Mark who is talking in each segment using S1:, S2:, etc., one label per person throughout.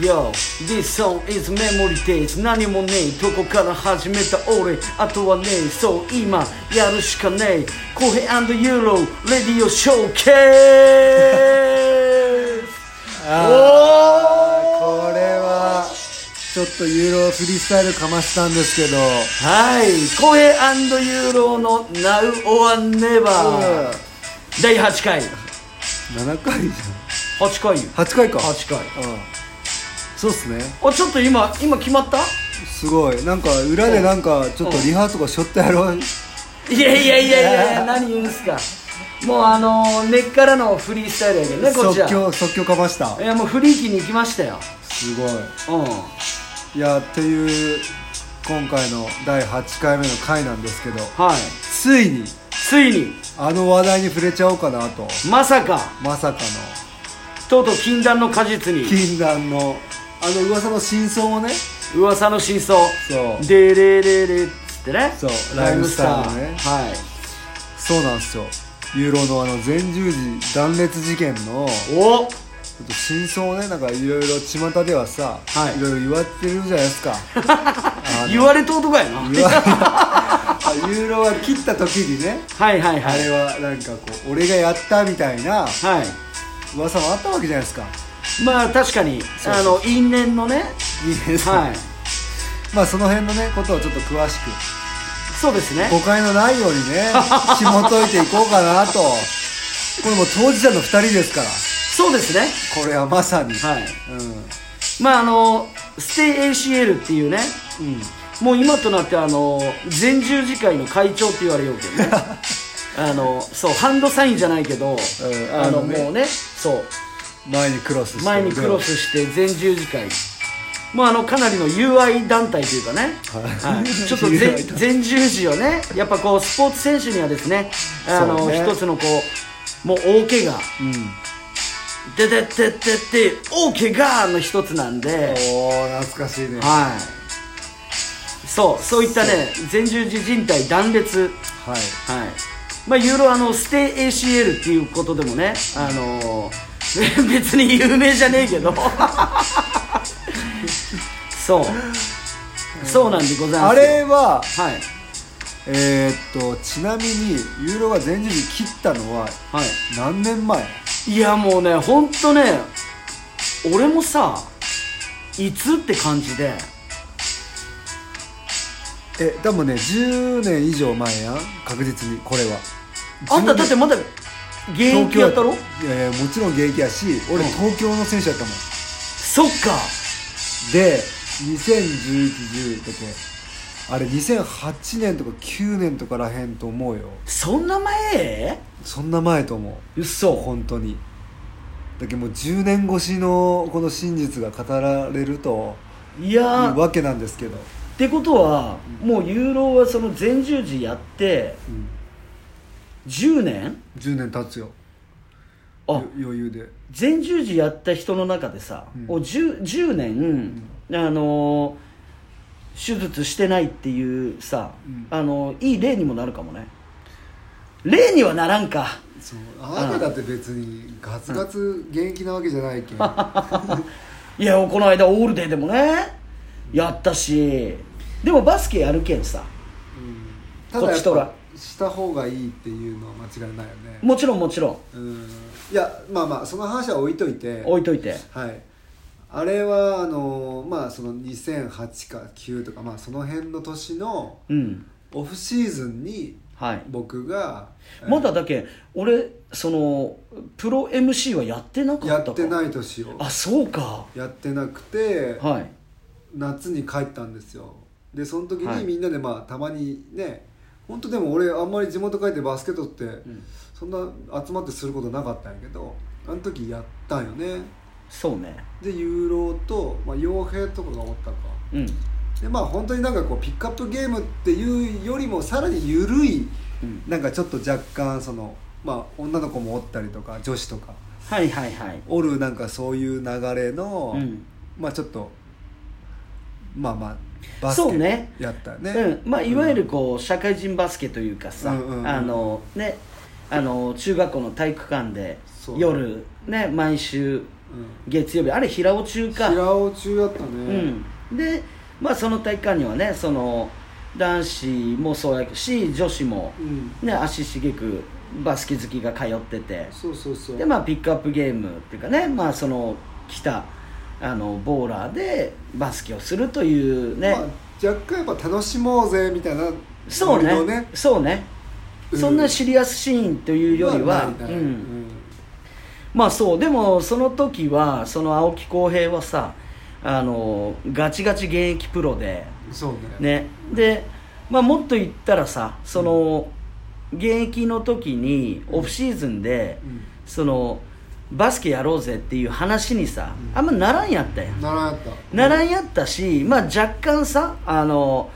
S1: Yo, this song is memory days 何もねえとこから始めた俺あとはねえそう今やるしかねえコヘユーロレディオショーケースおー
S2: これはちょっとユーロフリースタイルかましたんですけど
S1: はいコヘユーロの Now or Never 第8回
S2: 7回じ
S1: 8回
S2: ゃん8回か
S1: 8回
S2: うんそうっすね
S1: あちょっと今今決まった
S2: すごいなんか裏でなんかちょっとリハとかしょってやろう
S1: いやいやいやいや いや何言うんすかもうあのー根っからのフリースタイルやけどねこっち
S2: 即
S1: は
S2: 興即興かました
S1: いやもうフリーキーに行きましたよ
S2: すごい
S1: うん
S2: いやっていう今回の第8回目の回なんですけど
S1: はい
S2: ついに
S1: ついに
S2: あの話題に触れちゃおうかなと
S1: まさか
S2: まさか
S1: とうとう禁断の果実
S2: の
S1: に
S2: 禁断のあの噂の真相をね
S1: 噂の真相
S2: そう
S1: デレレレっつってね
S2: そうライムスターのね
S1: はい
S2: そうなんですよユーロのあの前十字断裂事件の
S1: お
S2: ちょっと真相をねなんかいろいろ巷ではさ、
S1: はい
S2: いろいろ言われてるじゃないですかあの
S1: 言われとうとかやな
S2: 言わあユーロは切った 時にね
S1: はいはい
S2: あ
S1: は
S2: れ
S1: い
S2: はなんかこう俺がやったみたいな
S1: はい
S2: 噂もあったわけじゃないですか
S1: まあ確かに
S2: う
S1: あの因縁のね
S2: いいです
S1: はい
S2: まあその辺のねことをちょっと詳しく
S1: そうですね
S2: 誤解のないように ね紐解いていこうかなとこれもう当事者の2人ですから
S1: そうですね
S2: これはまさに、
S1: はい
S2: うん
S1: まああのステイ ACL っていうね
S2: うん
S1: もう今となってあの全十字会の会長って言われようけ どねあのそうハンドサインじゃないけど、
S2: ん
S1: あの
S2: あのね
S1: もうねそう
S2: 前にクロスして
S1: 前にクロスして全十字会もうあのかなりの友愛団体というかね、
S2: はい
S1: はいちょっと
S2: 友愛
S1: 全
S2: 団体
S1: 全十字をねやっぱこうスポーツ選手にはですねあの
S2: そうね
S1: 一つのこうもう大怪我
S2: うん
S1: ででででで大怪我の一つなんで
S2: おー懐かしいねは
S1: はい。そう、そういったね、前十字靭帯断裂。
S2: い
S1: はい。まあ、ユーロ、あの、ステイ ACL っていうことでもね、あの ー別に有名じゃねえけど。 そう。そうなんでございます。
S2: あれは
S1: はい。
S2: えー、っとちなみにユーロが前十字切ったのは
S1: は
S2: 何年前
S1: い。いや、もうね、ほんとね、俺もさ、いつって感じで、
S2: え多分ね10年以上前やん確実にこれは
S1: あんただってまだ現役やったろ
S2: いやいやもちろん現役やし俺
S1: うん
S2: 東京の選手やったもん、
S1: そっか。
S2: で201110だっけあれ2008年とか9年とからへんと思うよ
S1: そんな前
S2: そんな前と思う
S1: 嘘
S2: 本当にだけどもう10年越しのこの真実が語られると
S1: い
S2: い
S1: や
S2: う
S1: ーっ
S2: わけなんですけど、
S1: てことはもうユーロはその前十字やって
S2: うん、
S1: 10年
S2: 10年経つよ
S1: あ
S2: よ余裕で
S1: 前十字やった人の中でさ、
S2: うん
S1: お 10, 10年、あのー手術してないっていうさ、
S2: うん
S1: あのーいい例にもなるかもね例にはならんか
S2: そうあなただって別にガツガツ現役なわけじゃない けん
S1: いやこの間オールデーでもねやったしでもバスケやるけんさ
S2: た
S1: こ
S2: だ
S1: っ
S2: や
S1: ち
S2: っ
S1: とら
S2: ぱした方がいいっていうのは間違いないよね
S1: もちろんもちろん
S2: うんいやまあまあその話は置いといて
S1: 置いといて
S2: はいあれはあのまあその2008か9とかまあその辺の年の
S1: うん
S2: オフシーズンに
S1: はい
S2: 僕が、
S1: まだだけ俺そのプロ MC はやってなかった
S2: や
S1: か
S2: ってない年を
S1: あそうか
S2: やってなくて
S1: はい
S2: 夏に帰ったんですよでその時
S1: はい
S2: にみんなでまあたまにね本当でも俺あんまり地元帰ってバスケットって
S1: ん
S2: そんな集まってすることなかったんやけどあの時やったんよね
S1: そうね
S2: でユーロと、まあ、傭兵とかがおったか
S1: うん
S2: でまあ本当になんかこうピックアップゲームっていうよりもさらに緩い
S1: うん
S2: なんかちょっと若干そのまあ女の子もおったりとか女子とか
S1: はいはいはい
S2: おるなんかそういう流れの、
S1: うん、
S2: まあちょっとまあまあバス
S1: そう
S2: ケ
S1: ね
S2: やったよね
S1: うん、まあいわゆるこう社会人バスケというかさ、
S2: うんうんうん
S1: あのねあの中学校の体育館で
S2: そう
S1: 夜ね毎週
S2: う
S1: 月曜日あれ平尾中か
S2: 平尾中やったね、
S1: うん、で、まあ、その体育館にはねその男子もそうやし女子も、
S2: うん
S1: ね、足しげくバスケ好きが通ってて
S2: そうそうそう
S1: で、まあ、ピックアップゲームっていうかね、まあ、その来たあのボーラーでバスケをするというね、
S2: まあ、若干やっぱ楽しもうぜみたいな
S1: そう
S2: ノリ
S1: ね
S2: のね
S1: そうね、
S2: うん
S1: そんなシリアスシーンというよりは、
S2: まあないない
S1: うん、まあそうでもその時はその青木浩平はさあのガチガチ現役プロで
S2: うんそうね
S1: ねで、まあ、もっと言ったらさその、現役の時にオフシーズンで、
S2: うん
S1: そのバスケやろうぜっていう話にさ、
S2: うん
S1: あんまならんやったやん
S2: 習った
S1: ならんやったし、まあ、若干さあの、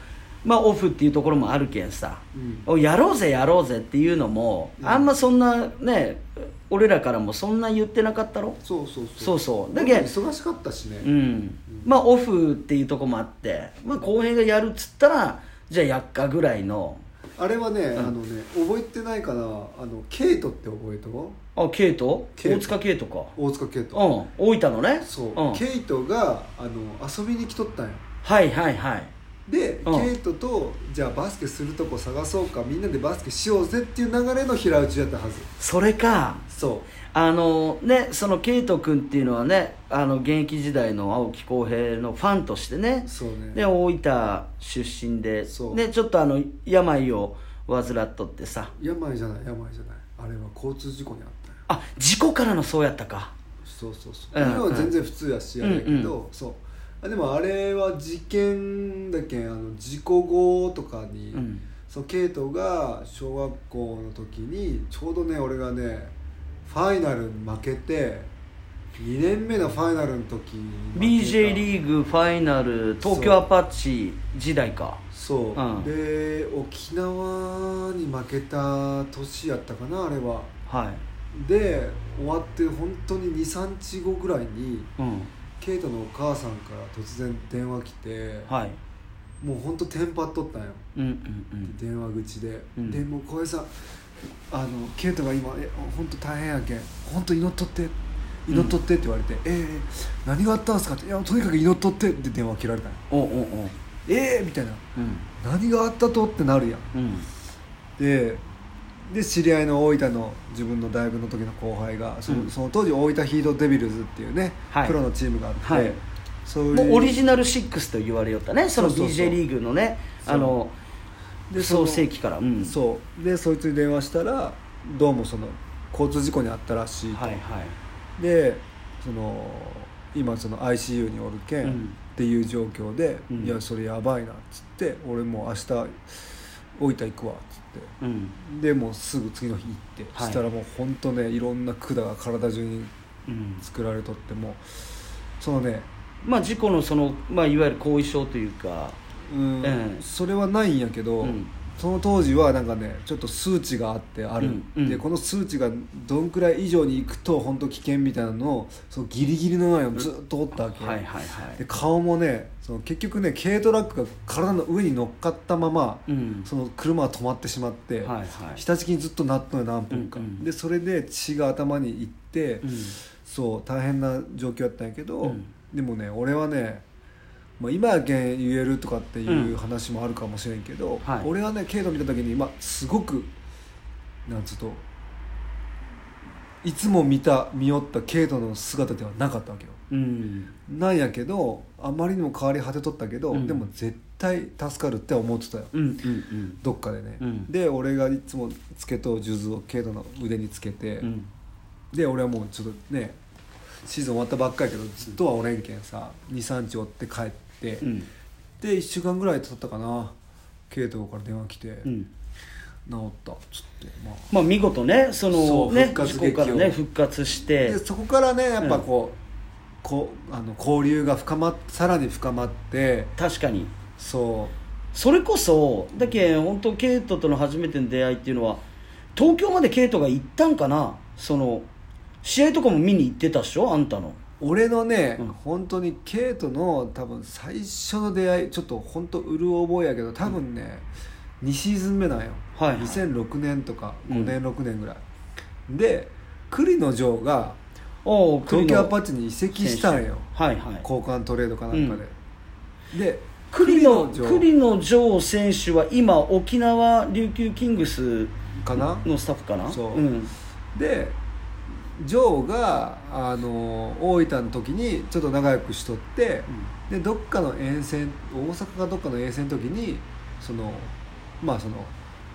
S1: まあ、オフっていうところもあるけんさ、
S2: う
S1: やろうぜやろうぜっていうのも、
S2: うん
S1: あんまそんなね俺らからもそんな言ってなかったろ
S2: そうそうそう
S1: そうそうだけど
S2: 忙しかったしね、
S1: うん、まあオフっていうとこもあって、まあ、浩平がやるっつったらじゃあやっかぐらいの
S2: あれはね、あのね覚えてないかなあのケイトって覚えと
S1: あケイト
S2: ケイト
S1: 大塚ケイトか
S2: 大塚ケイ
S1: う
S2: ト、
S1: ん大分のね
S2: そう、
S1: ん、はい
S2: ケイトがあの遊びに来とったんよ
S1: はいはい
S2: で、
S1: うん
S2: ケイトとじゃあバスケするとこ探そうかみんなでバスケしようぜっていう流れの平打ちだったはず
S1: それか
S2: そ
S1: あのねそのケイト君っていうのはねあの現役時代の青木浩平のファンとしてね
S2: うそうね
S1: で大分出身で
S2: そう
S1: ねちょっとあの病を患っとってさ
S2: 病じゃない病じゃないあれは交通事故にあったんよ
S1: あ事故からのそうやったか
S2: そうそうそう
S1: うん
S2: 今は全然普通やし
S1: う
S2: や
S1: ん
S2: けど、そうあでもあれは事件だけんあの事故後とかに、
S1: うん
S2: そうケイトが小学校の時にちょうどね俺がねファイナルに負けて2年目のファイナルの時に負けた
S1: BJ リーグファイナル東京アパッチ時代か
S2: そう、
S1: うん
S2: で沖縄に負けた年やったかなあれは
S1: は
S2: で終わって本当に23日後ぐらいに
S1: いうん
S2: ケイトのお母さんから突然電話来て、
S1: はい
S2: もう本当テンパっとったんよ
S1: うんうん
S2: 電話口で、
S1: うん
S2: でもう小江さんあのケイトが今え本当大変やけん本当祈っとって祈っとってって言われて「えー、何があったんですか?」って「いやとにかく祈っとって」って電話切られたんよ
S1: うんおおお
S2: ええー、みたいな
S1: うん
S2: 何があったとってなるやん
S1: うん
S2: でで知り合いの大分の自分の大学の時の後輩がそ,、
S1: うん
S2: その当時大分ヒートデビルズっていうね、
S1: はい
S2: プロのチームがあって、
S1: はい
S2: そう
S1: もうオリ
S2: いう
S1: ジナル6と言われよったねその
S2: そうそうそう
S1: BJ リーグのね
S2: そう
S1: あの
S2: でそ
S1: 創
S2: の
S1: 世紀からうん
S2: そうでそいつに電話したらどうもその交通事故にあったらしいと、
S1: はいは
S2: でその今その ICU におるけん、
S1: うん
S2: っていう状況で、
S1: うん
S2: いやそれやばいなっつって俺もう明日大分行くわっつって
S1: いうん
S2: でもうすぐ次の日行って、
S1: はい
S2: したらもう本当ねいろんな管が体中に
S1: うん
S2: 作られとってもそのね
S1: まあ事故のそのまあいわゆる後遺症というか
S2: うん、
S1: ええ
S2: それはないんやけど、
S1: うん
S2: その当時はなんかねちょっと数値があってある、
S1: うんうん
S2: でこの数値がどんくらい以上にいくと本当危険みたいなのをそのギリギリのラインをずっとおったわけ、
S1: はいはいは
S2: で
S1: い
S2: 顔もねその結局ね軽トラックが体の上に乗っかったまま、
S1: うん
S2: その車は止まってしまって、
S1: はいはい
S2: 下敷きにずっとなったのよ何分か、
S1: うんうん
S2: でそれで血が頭にいって、
S1: うん
S2: そう大変な状況やったんやけど、
S1: うん
S2: でもね俺はね、まあ、今やけん言えるとかっていう話もあるかもしれんけど、
S1: はい
S2: 俺はね軽度見た時に、まあ、すごくなんつうといつも見た見よった軽度の姿ではなかったわけよ
S1: うん
S2: なんやけどあまりにも変わり果てとったけど、
S1: うん
S2: でも絶対助かるって思ってたよ
S1: うんうんうん
S2: どっかでね、
S1: うん
S2: で俺がいつもつけと数珠を軽度の腕につけて、
S1: うん
S2: で俺はもうちょっとねシーズン終わったばっかりやけどずっとはおれんけんさ23日追って帰って、
S1: うん
S2: で1週間ぐらい経ったかなケイトから電話来て「
S1: うん
S2: 治った」っつってまあ
S1: まあ見事ねそ
S2: そ
S1: の
S2: う
S1: ね
S2: 復活
S1: 事
S2: 劇
S1: 故
S2: を
S1: からね復活して
S2: でそこからねやっぱこう,、こうあの交流が深まっさらに深まって
S1: 確かに
S2: そ
S1: それこそだけん本当ケイトとの初めての出会いっていうのは東京までケイトが行ったんかなその試合とかも見に行ってたっしょあんたの
S2: う俺のね、
S1: うん
S2: 本当にケイトの多分最初の出会いちょっと本当うる覚えやけど多分ね、 2シーズン目なんよ、
S1: はいはい
S2: 2006年とか
S1: うん
S2: 5年、6年ぐらいで栗野城が
S1: おお
S2: 東京アパッチに移籍したんよ
S1: はいはい
S2: 交換トレードかなんかで、で
S1: 栗野
S2: 城
S1: 栗野城選手は今沖縄琉球キングス
S2: かな
S1: のスタッフかな、
S2: そうんでジョーがあの大分の時にちょっと仲良くしとって、でどっかの遠征大阪かどっかの遠征の時にそのまあその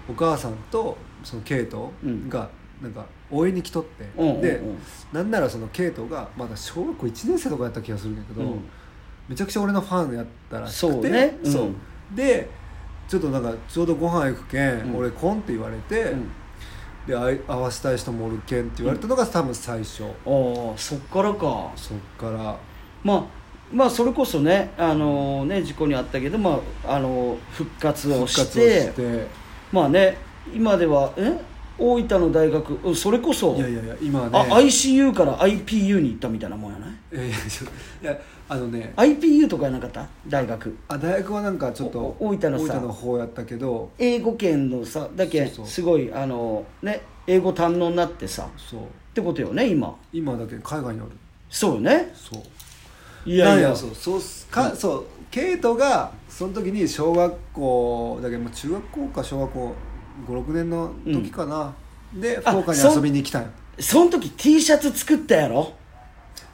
S2: お母さんとそのケイト
S1: うん
S2: がなんか応援に来とって、
S1: うんうんうん
S2: でなんならそのケイトがまだ小学校1年生とかやった気がするんだけど、
S1: うん
S2: めちゃくちゃ俺のファンやったらしくて
S1: そうねうん
S2: そうでちょっとなんかちょうどご飯行くけん、
S1: うん
S2: 俺コンって言われて、
S1: うん
S2: であい合わせたい人もおるけんって言われたのが多分最初、
S1: ああそっからか
S2: そっから
S1: まあまあそれこそね,、あのね事故にあったけど、まああの復活
S2: 復
S1: を
S2: 活
S1: し
S2: をして
S1: てまあね今ではえ大分の大学うんそれこそ
S2: いやいやいや今はね
S1: あ ICU から IPU に行ったみたいなもんやない
S2: いやいやちょいやあのね
S1: IPU とかやなかった大学
S2: あ大学はなんかちょっと
S1: おお大分のさ
S2: 大分の方やったけど
S1: 英語圏のさだけん
S2: そうそう
S1: すごいあのね英語堪能になってさっ
S2: そう
S1: てことよね今
S2: 今だけ海外におる
S1: そうよね
S2: そう
S1: いやい
S2: なん
S1: や
S2: やそうそうか、そうケイトがその時に小学校だけどもう中学校か小学校56年の時かな、で
S1: あ
S2: 福岡に
S1: そう
S2: 遊びに来たんよ
S1: その時 T シャツ作ったやろ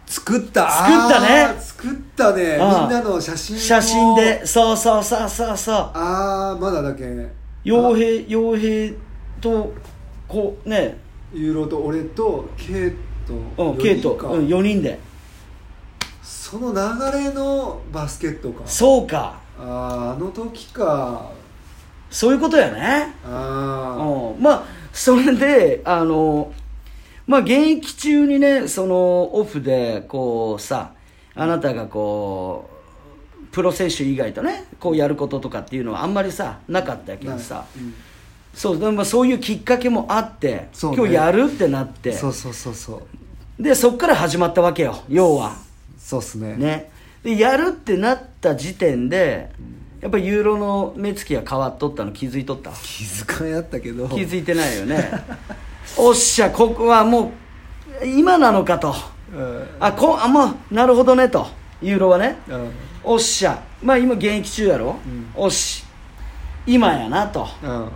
S2: 作った
S1: 作ったね
S2: あー作ったねみん
S1: ああ
S2: なの写真を
S1: 写真でそうそうそうそうそう
S2: ああまだだけ
S1: 傭兵傭兵とこうね
S2: ユーロと俺とケイ
S1: う
S2: ト
S1: んケイト、
S2: か
S1: うん、4人で
S2: その流れのバスケットか
S1: そうか
S2: あーあの時か
S1: そういうことやね
S2: あ
S1: うんまあそれであのまあ現役中にねそのオフでこうさあなたがこうプロ選手以外とねこうやることとかっていうのはあんまりさなかったけ
S2: あ
S1: どさ、
S2: うん
S1: そうでもそういうきっかけもあって、
S2: そうね
S1: 今日やるってなって
S2: そうそうそうそう
S1: でそっから始まったわけよ要は。
S2: そうっすね
S1: ね、でやるってなった時点で、やっぱりユーロの目つきが変わっとったの気づいとった
S2: 気づかんやったけど
S1: 気づいてないよね おっしゃここはもう今なのかと
S2: うん
S1: あこあもうなるほどねとユーロはね
S2: うん
S1: おっしゃまあ今現役中やろ、
S2: うん
S1: おっし今やなと、
S2: うん
S1: うん、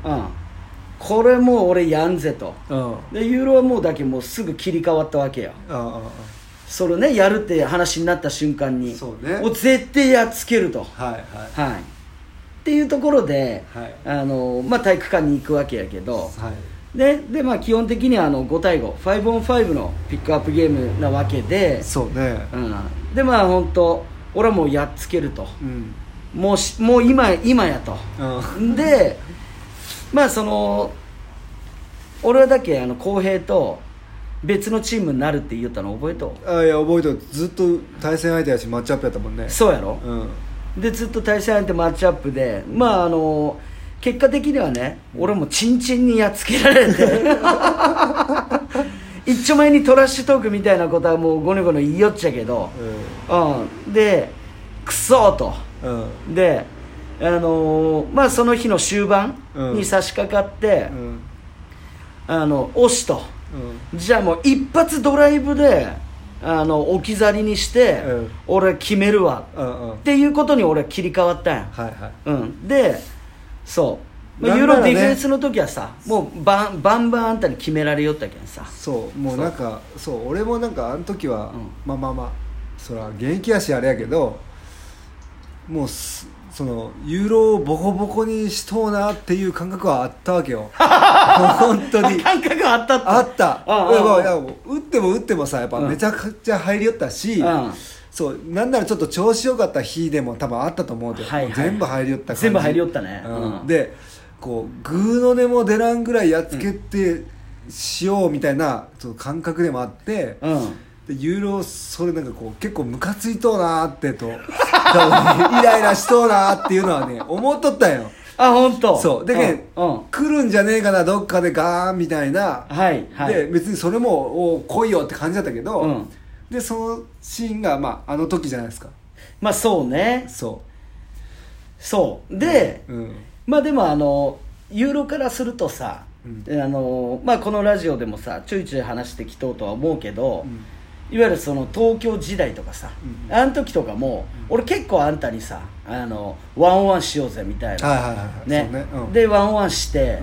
S1: これもう俺やんぜと
S2: うん
S1: でユーロはもうだけもうすぐ切り替わったわけよ
S2: ああ
S1: それをねやるって話になった瞬間に
S2: そうね
S1: もう絶対やっつけると
S2: あはいはい
S1: はい、っていうところで、
S2: はい
S1: あのまあ、体育館に行くわけやけど
S2: はい
S1: でで、まあ、基本的にはあの5対55オン5のピックアップゲームなわけで、
S2: そうね
S1: うん、でまあ本当俺はもうやっつけると
S2: うん
S1: もうしもう今今やと
S2: うん
S1: でまあその俺はだけあの浩平と別のチームになるって言ったの覚えと
S2: あいや覚えてるずっと対戦相手やしマッチアップやったもんね
S1: そうやろ、
S2: うん
S1: でずっと対戦相手マッチアップでまああの結果的にはね俺もチンチンにやっつけられて 一丁前にトラッシュトークみたいなことはもうゴニョゴニョ言いよっちゃけど、うん、でクソーと
S2: うんうん
S1: であのまあその日の終盤
S2: うん
S1: に差し掛かって、
S2: うん
S1: あの押しと
S2: うん
S1: じゃあもう一発ドライブであの置き去りにして、
S2: うん
S1: 俺決めるわ
S2: うんうん
S1: っていうことに俺は切り替わったんや
S2: はいはい
S1: うん、でそう、まあ
S2: な
S1: ユー
S2: んな
S1: ロ
S2: らね
S1: ディフェンスの時はさもうバンバンバンあんたに決められよったけんさ
S2: そうもうなんかそう俺もなんかあの時は、
S1: うん
S2: まあまあまあそら現役やしあれやけどもうすそのユーロをボコボコにしとうなっていう感覚はあったわ けよ本当に
S1: 感覚あったって
S2: あった
S1: ああ
S2: いやま
S1: あ
S2: あいや打っても打ってもさやっぱ
S1: うん
S2: めちゃくちゃ入りよったし、
S1: うん
S2: そうなんならちょっと調子よかった日でも多分あったと思うで、
S1: はいはい
S2: もう全部入りよった感じ
S1: 全部入りよったね
S2: うん
S1: うん
S2: でこうグーの音も出らんぐらいやっつけてしようみたいな、その感覚でもあって、
S1: うん
S2: でユーロそれなんかこう結構ムカついとうなーってと 多分イライラしとうなーっていうのはね思っとったんよ
S1: あ本当
S2: そうでね、
S1: うんうん
S2: 来るんじゃねえかなどっかでガーンみたいな、
S1: はいはい
S2: で別にそれもおー来いよって感じだったけど、
S1: うん
S2: でそのシーンが、まあ、あの時じゃないですか
S1: まあそうね
S2: そ
S1: そうで、
S2: う、うん、
S1: まあでもあのユーロからするとさ、
S2: うん
S1: あのまあ、このラジオでもさちょいちょい話してきとうとは思うけど、
S2: うん
S1: いわゆるその東京時代とかさ、
S2: うんうん
S1: あの時とかも、俺結構あんたにさあのワンオンワンしようぜみたいな、
S2: はいはいはい
S1: ね
S2: そうねうん
S1: でワンオンワンして、
S2: うんうん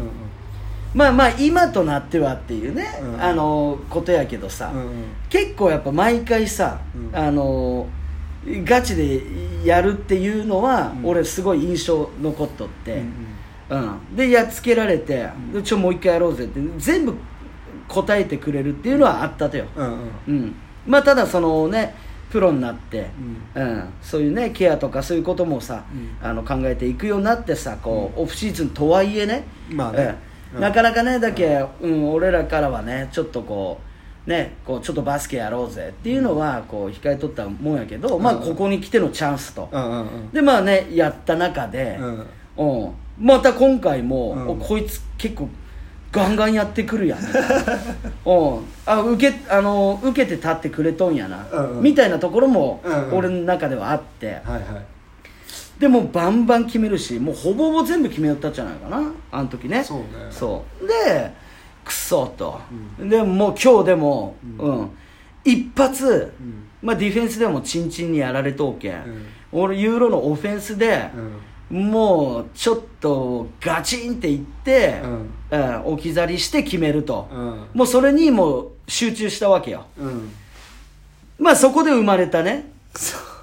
S1: まあまあ今となってはっていうね、
S2: うん
S1: あのことやけどさ、
S2: うんうん
S1: 結構やっぱ毎回さ、
S2: うん
S1: あのガチでやるっていうのは、
S2: うん
S1: 俺すごい印象残っとって、
S2: うん
S1: うん、でやっつけられて、
S2: うん
S1: ちょもう一回やろうぜって全部答えてくれるっていうのはあったとよ、
S2: うんうんうん
S1: うん、まあただそのねプロになって、
S2: う
S1: うんそういうねケアとかそういうこともさ、
S2: う
S1: あの考えていくようになってさこう、オフシーズンとはいえね,、
S2: まあね
S1: うん
S2: うん
S1: なかなかねだけ、うん俺らからはねちょっとこうねこうちょっとバスケやろうぜっていうのはこう控えとったもんやけど、まあ
S2: うん
S1: ここに来てのチャンスと、
S2: うんうんうん
S1: でまあねやった中で、
S2: うん
S1: うん、また今回も、
S2: うん
S1: おこいつ結構ガンガンやってくる やん、うん、あ受けあの受けて立ってくれとんやな、
S2: うんうん
S1: みたいなところも、
S2: うんうん
S1: 俺の中ではあって
S2: はいはい
S1: でもうバンバン決めるしもうほぼほぼ全部決めよったんじゃないかなあの時ね
S2: そうね
S1: そうでクソと、でもう今日でも、うん一発、
S2: うん
S1: まあ、ディフェンスでもチンチンにやられとうけん、
S2: ん
S1: 俺ユーロのオフェンスで、
S2: うん
S1: もうちょっとガチンっていって、
S2: うん
S1: うん置き去りして決めると、
S2: うん
S1: もうそれにもう集中したわけよ
S2: うん
S1: まあそこで生まれたね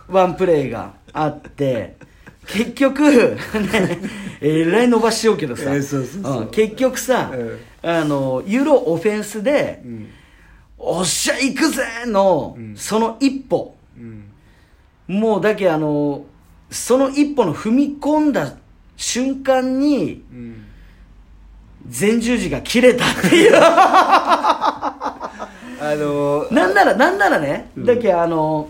S1: ワンプレーがあって結局、ね、えらい伸ばしようけどさ、
S2: えーそうそうそうん
S1: 結局さ、
S2: うん
S1: あのユーロオフェンスで「
S2: うん
S1: おっしゃ行くぜ!」の、
S2: うん
S1: その一歩
S2: うん
S1: もうだけあのその一歩の踏み込んだ瞬間に
S2: うん
S1: 前十字が切れたっていう
S2: あのー
S1: なんならなんならね、だけあの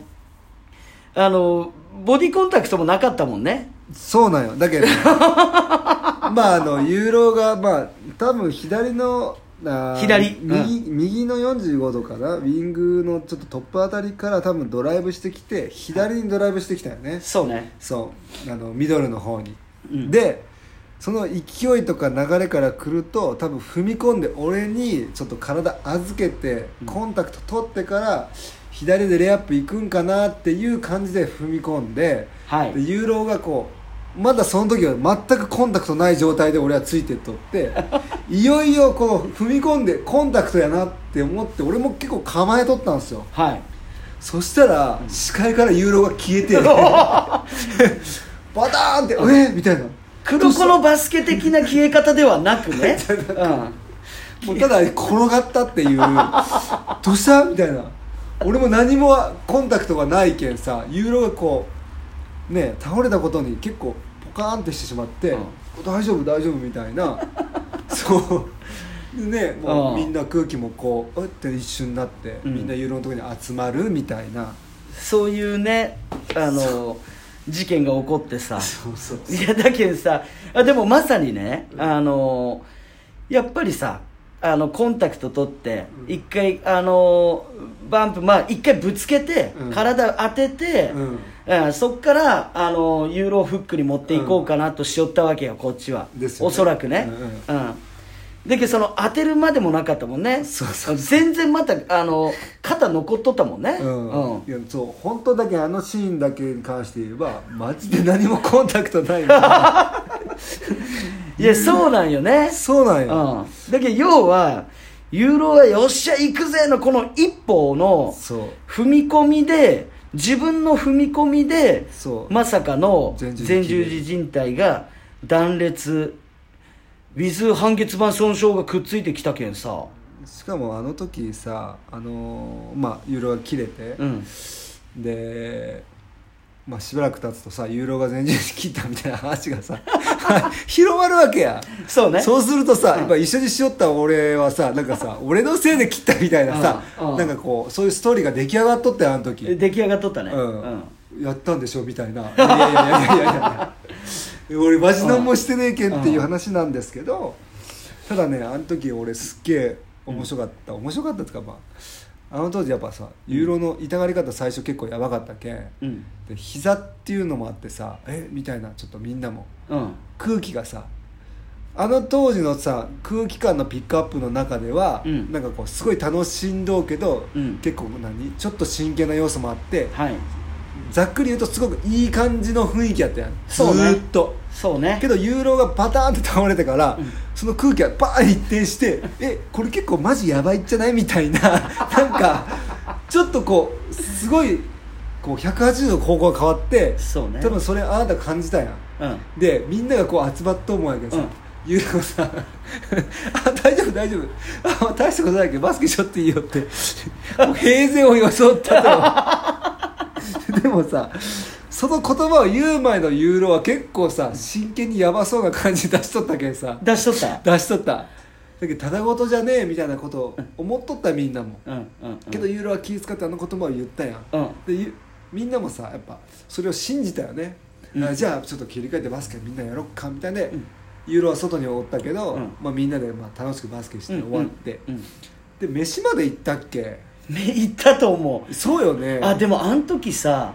S1: あのボディコンタクトもなかったもんね
S2: そうなんよだ けどまああのユーロがまあ多分左のあー
S1: 左
S2: 右,、右の45度かなウィングのちょっとトップあたりから多分ドライブしてきて左にドライブしてきたよね
S1: そうね
S2: そうあのミドルの方に、
S1: うん
S2: でその勢いとか流れから来ると多分踏み込んで俺にちょっと体預けてコンタクト取ってから左でレイアップ行くんかなっていう感じで踏み込んで,、
S1: はい
S2: でユーロがこうまだその時は全くコンタクトない状態で俺はついてっとっていよいよこう踏み込んでコンタクトやなって思って俺も結構構えとったんですよ
S1: はい
S2: そしたら視界からユーロが消えてバターンって「えみたいな
S1: 黒子のバスケ的な消え方ではなくね、うん、
S2: もうただ転がったっていう「どうした?」みたいな俺も何もコンタクトがないけんさユーロがこうね倒れたことに結構ポカーンってしてしまって
S1: うん
S2: 「大丈夫大丈夫」みたい なそうでね
S1: う
S2: もうんみんな空気もこううって一瞬になって
S1: うん
S2: みんなユーロのところに集まるみたいな、
S1: そういうねあの事件が起こってさ
S2: そうそう
S1: いやだけどさあでもまさにねあのやっぱりさあのコンタクト取って
S2: うん
S1: 一回あのバンプまあ一回ぶつけて
S2: うん
S1: 体当てて、
S2: うん
S1: うんそっからあのユーロフックに持っていこうかなとしよったわけよこっちは、
S2: ですよね
S1: おそらくね
S2: う
S1: うん、だけどその当てるまでもなかったもんね
S2: そうそ
S1: 全然またあの肩残っとったもんね
S2: うんいやそう本当だけあのシーンだけに関して言えばマジで何もコンタクトないもん
S1: いやそうなんよね
S2: そうなんよ、
S1: うん、だけど要はユーロはよっしゃ行くぜのこの一歩の
S2: そう
S1: 踏み込みで自分の踏み込みで
S2: そう
S1: まさかの
S2: 前十字
S1: 前十字靭帯が断裂ウィズ半月板損傷がくっついてきたけんさ
S2: しかもあの時さあのーまあユーロが切れて
S1: う、ん
S2: でまあしばらく経つとさユーロが前十字切ったみたいな話がさ 広まるわけや
S1: そうね
S2: そうするとさ、
S1: うん
S2: やっぱ一緒にしよった俺はさなんかさ俺のせいで切ったみたいなさ、
S1: うんうん
S2: なんかこうそういうストーリーが出来上がっとってあの時
S1: 出来上がっとったね
S2: うんやったんでしょみたいな「いやいやいやいやいや いや俺マジ何もしてねえけん」っていう話なんですけどただねあの時俺すっげえ面白かった、面白かったっていうかまああの当時やっぱさユーロの痛がり方最初結構やばかったけん、
S1: うん
S2: で膝っていうのもあってさ「えみたいなちょっとみんなも
S1: うん
S2: 空気がさあの当時のさ空気感のピックアップの中では、
S1: うん
S2: なんかこうすごい楽しんどうけど、
S1: うん
S2: 結構何ちょっと真剣な要素もあって
S1: はい
S2: ざっくり言うとすごくいい感じの雰囲気やったやん
S1: そうね
S2: ずーっと
S1: そうね
S2: けどユーロがパターンって倒れてから、その空気がバーン一転してえこれ結構マジやばいんじゃないみたいな なんかちょっとこうすごいこう180度方向が変わって
S1: そうね
S2: 多分それあなた感じたやん
S1: うん
S2: でみんながこう集まっと思うんやけどさ、
S1: うん
S2: ユーロがさ あ大丈夫大丈夫あ大したことないけどバスケしょっていいよって もう平然を装ったと でもさその言葉を言う前のユーロは結構さ真剣にヤバそうな感じ出しとったけんさ
S1: 出しとった
S2: 出しとっただけどただ事じゃねえみたいなことを思っとったみんなも、
S1: うんうんうん
S2: けどユーロは気遣ってあの言葉を言ったやん
S1: うん
S2: でゆみんなもさやっぱそれを信じたよね、
S1: うん
S2: あじゃあちょっと切り替えてバスケみんなやろっかみたいで、
S1: うん
S2: ユーロは外におったけど、
S1: うん
S2: まあ、みんなでまあ楽しくバスケして
S1: うん
S2: 終わって、
S1: うんうん
S2: で飯まで行ったっけ
S1: ね行ったと思う
S2: そうよね
S1: あでもあの時さ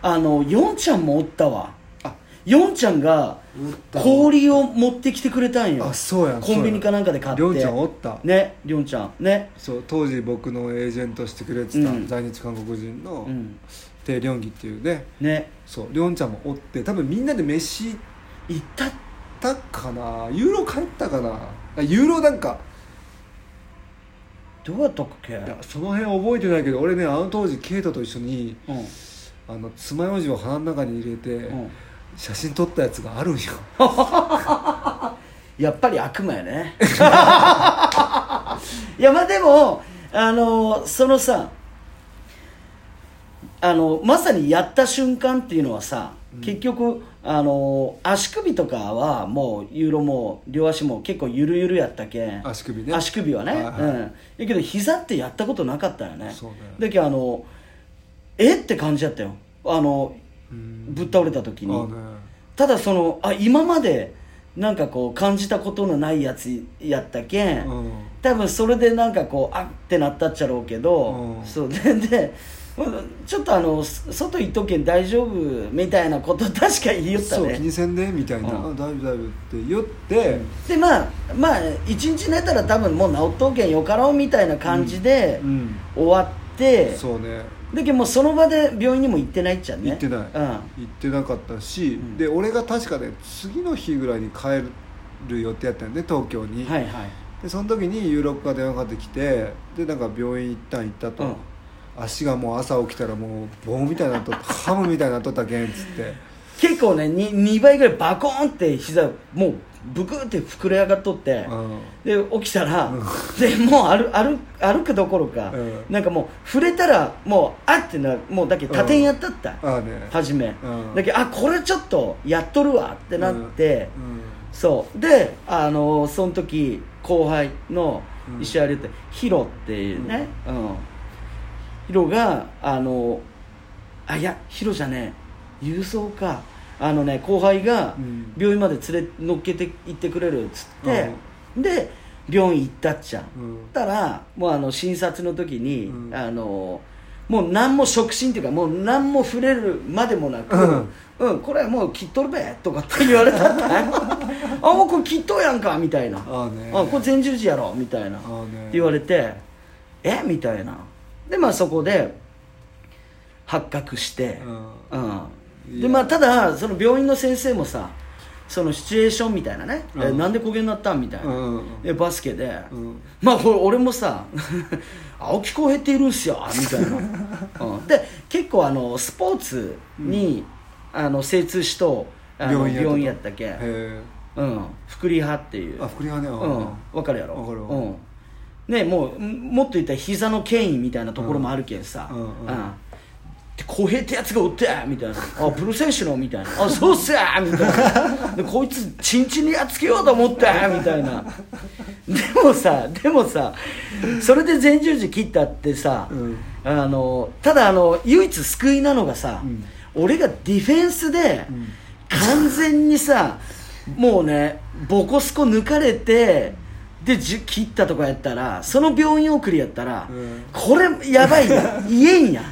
S1: あのヨンちゃんもおったわ
S2: あ
S1: ヨンちゃんが
S2: おったわ
S1: 氷を持ってきてくれたんよ
S2: あそうやん
S1: コンビニかなんかで買って
S2: りょうやんりょうちゃんおった、
S1: ねりょんちゃんね
S2: そう当時僕のエージェントしてくれてた、
S1: うん
S2: 在日韓国人の
S1: うん
S2: テイ・リョンギっていうね
S1: ね
S2: そうりょんちゃんもおって多分みんなで飯行っ
S1: 行った
S2: たかなユーロ帰ったかなあユーロなんか
S1: どうやったっけ
S2: いやその辺覚えてないけど俺ねあの当時ケイトと一緒に
S1: うんうん
S2: あの爪楊枝を鼻の中に入れて、写真撮ったやつがあるんよ
S1: やっぱり悪魔やね いやまあでもあのそのさあのまさにやった瞬間っていうのはさ、結局あの足首とかはもうユーロも両足も結構ゆるゆるやったけん
S2: 足首ね
S1: 足首はね、
S2: はいはい
S1: うんだけど膝ってやったことなかったよね
S2: そうね
S1: だけどあのえって感じだったよあの
S2: うん
S1: ぶっ倒れた時に、
S2: ああね
S1: ただそのあ今までなんかこう感じたことのないやつやったけん、
S2: うん
S1: 多分それでなんかこうあってなったっちゃろうけど、
S2: うん
S1: そうででちょっとあのそ外行っとけん大丈夫みたいなこと確か言いよった
S2: そう気
S1: ね
S2: にせんねみたいな、
S1: うん
S2: あだいぶだいぶって言って、
S1: でまあまあ1日寝たら多分もう治っとうけんよかろうみたいな感じで
S2: うん
S1: 終わって、
S2: そうね
S1: だけどもうその場で病院にも行ってないっちゃね
S2: 行ってない、行ってなかったし、
S1: ん
S2: で俺が確かね次の日ぐらいに帰る予定やったよね東京
S1: う
S2: に、
S1: んはいはい
S2: でその時にユーロッカー電話かかってきてでなんか病院一旦行ったと、
S1: うん
S2: 足がもう朝起きたらもう棒みたいになっとっ たハムみたいになっとったけんっつって
S1: 結構ね 2, 2倍ぐらいバコーンって膝もうブクーって膨れ上がっとって、
S2: うん
S1: で起きたら、でもう歩歩歩くどころか、
S2: うん
S1: なんかもう触れたらもうあってなもうだけど縦にやったった、
S2: ああね
S1: 初め、
S2: うん
S1: だけどあこれちょっとやっとるわってなって、
S2: うん
S1: そうであのその時後輩の
S2: うん
S1: 石原って、ヒロっていうね、うんヒロがあのあいやヒロじゃねえ郵送かあのね後輩が
S2: うん
S1: 病院まで連れ乗っけて行ってくれるっつって、で病院行ったっちゃ、
S2: うん
S1: ったらもうあの診察の時に、
S2: うん
S1: あのもう何も触診っていうかもう何も触れるまでもなく、
S2: うん
S1: うん、これもう切っとるべとかって言われた ってねあもうこれ切っとうやんかみたいな
S2: ああね
S1: これ前十字やろみたいな
S2: ああ
S1: っ
S2: ね
S1: て言われてえみたいなでまあそこで発覚して、う
S2: い
S1: ん、
S2: や
S1: でまあただその病院の先生もさそのシチュエーションみたいなね、
S2: うん
S1: えなんで焦げになったんみたいな、
S2: うんうんうん
S1: でバスケで、
S2: うん
S1: まあこれ俺もさ 青木浩平っているんすよみたいな、 うん、で結構あのスポーツに、あの精通しとあの
S2: 病
S1: 病
S2: 院
S1: 院
S2: やったと
S1: やったけ
S2: へえ
S1: うん福利派っていう
S2: あ福利派ね
S1: うん、わかるやろ
S2: わかるわかる
S1: うん、ねもうんもっと言ったら膝の権威みたいなところもあるけんさ、
S2: うんうんうん
S1: で小平ってやつがおってみたいな「あプロ選手の」みたいな「あそうっすや」みたいなで「こいつチンチンにやっつけようと思って」みたいなでもさでもさそれで前十字切ったってさ、
S2: うん
S1: あのただあの唯一救いなのがさ、
S2: うん
S1: 俺がディフェンスで
S2: ん
S1: 完全にさ、もうねボコスコ抜かれてでじ切ったとかやったらその病院送りやったら、
S2: うん
S1: これやばいや言えんや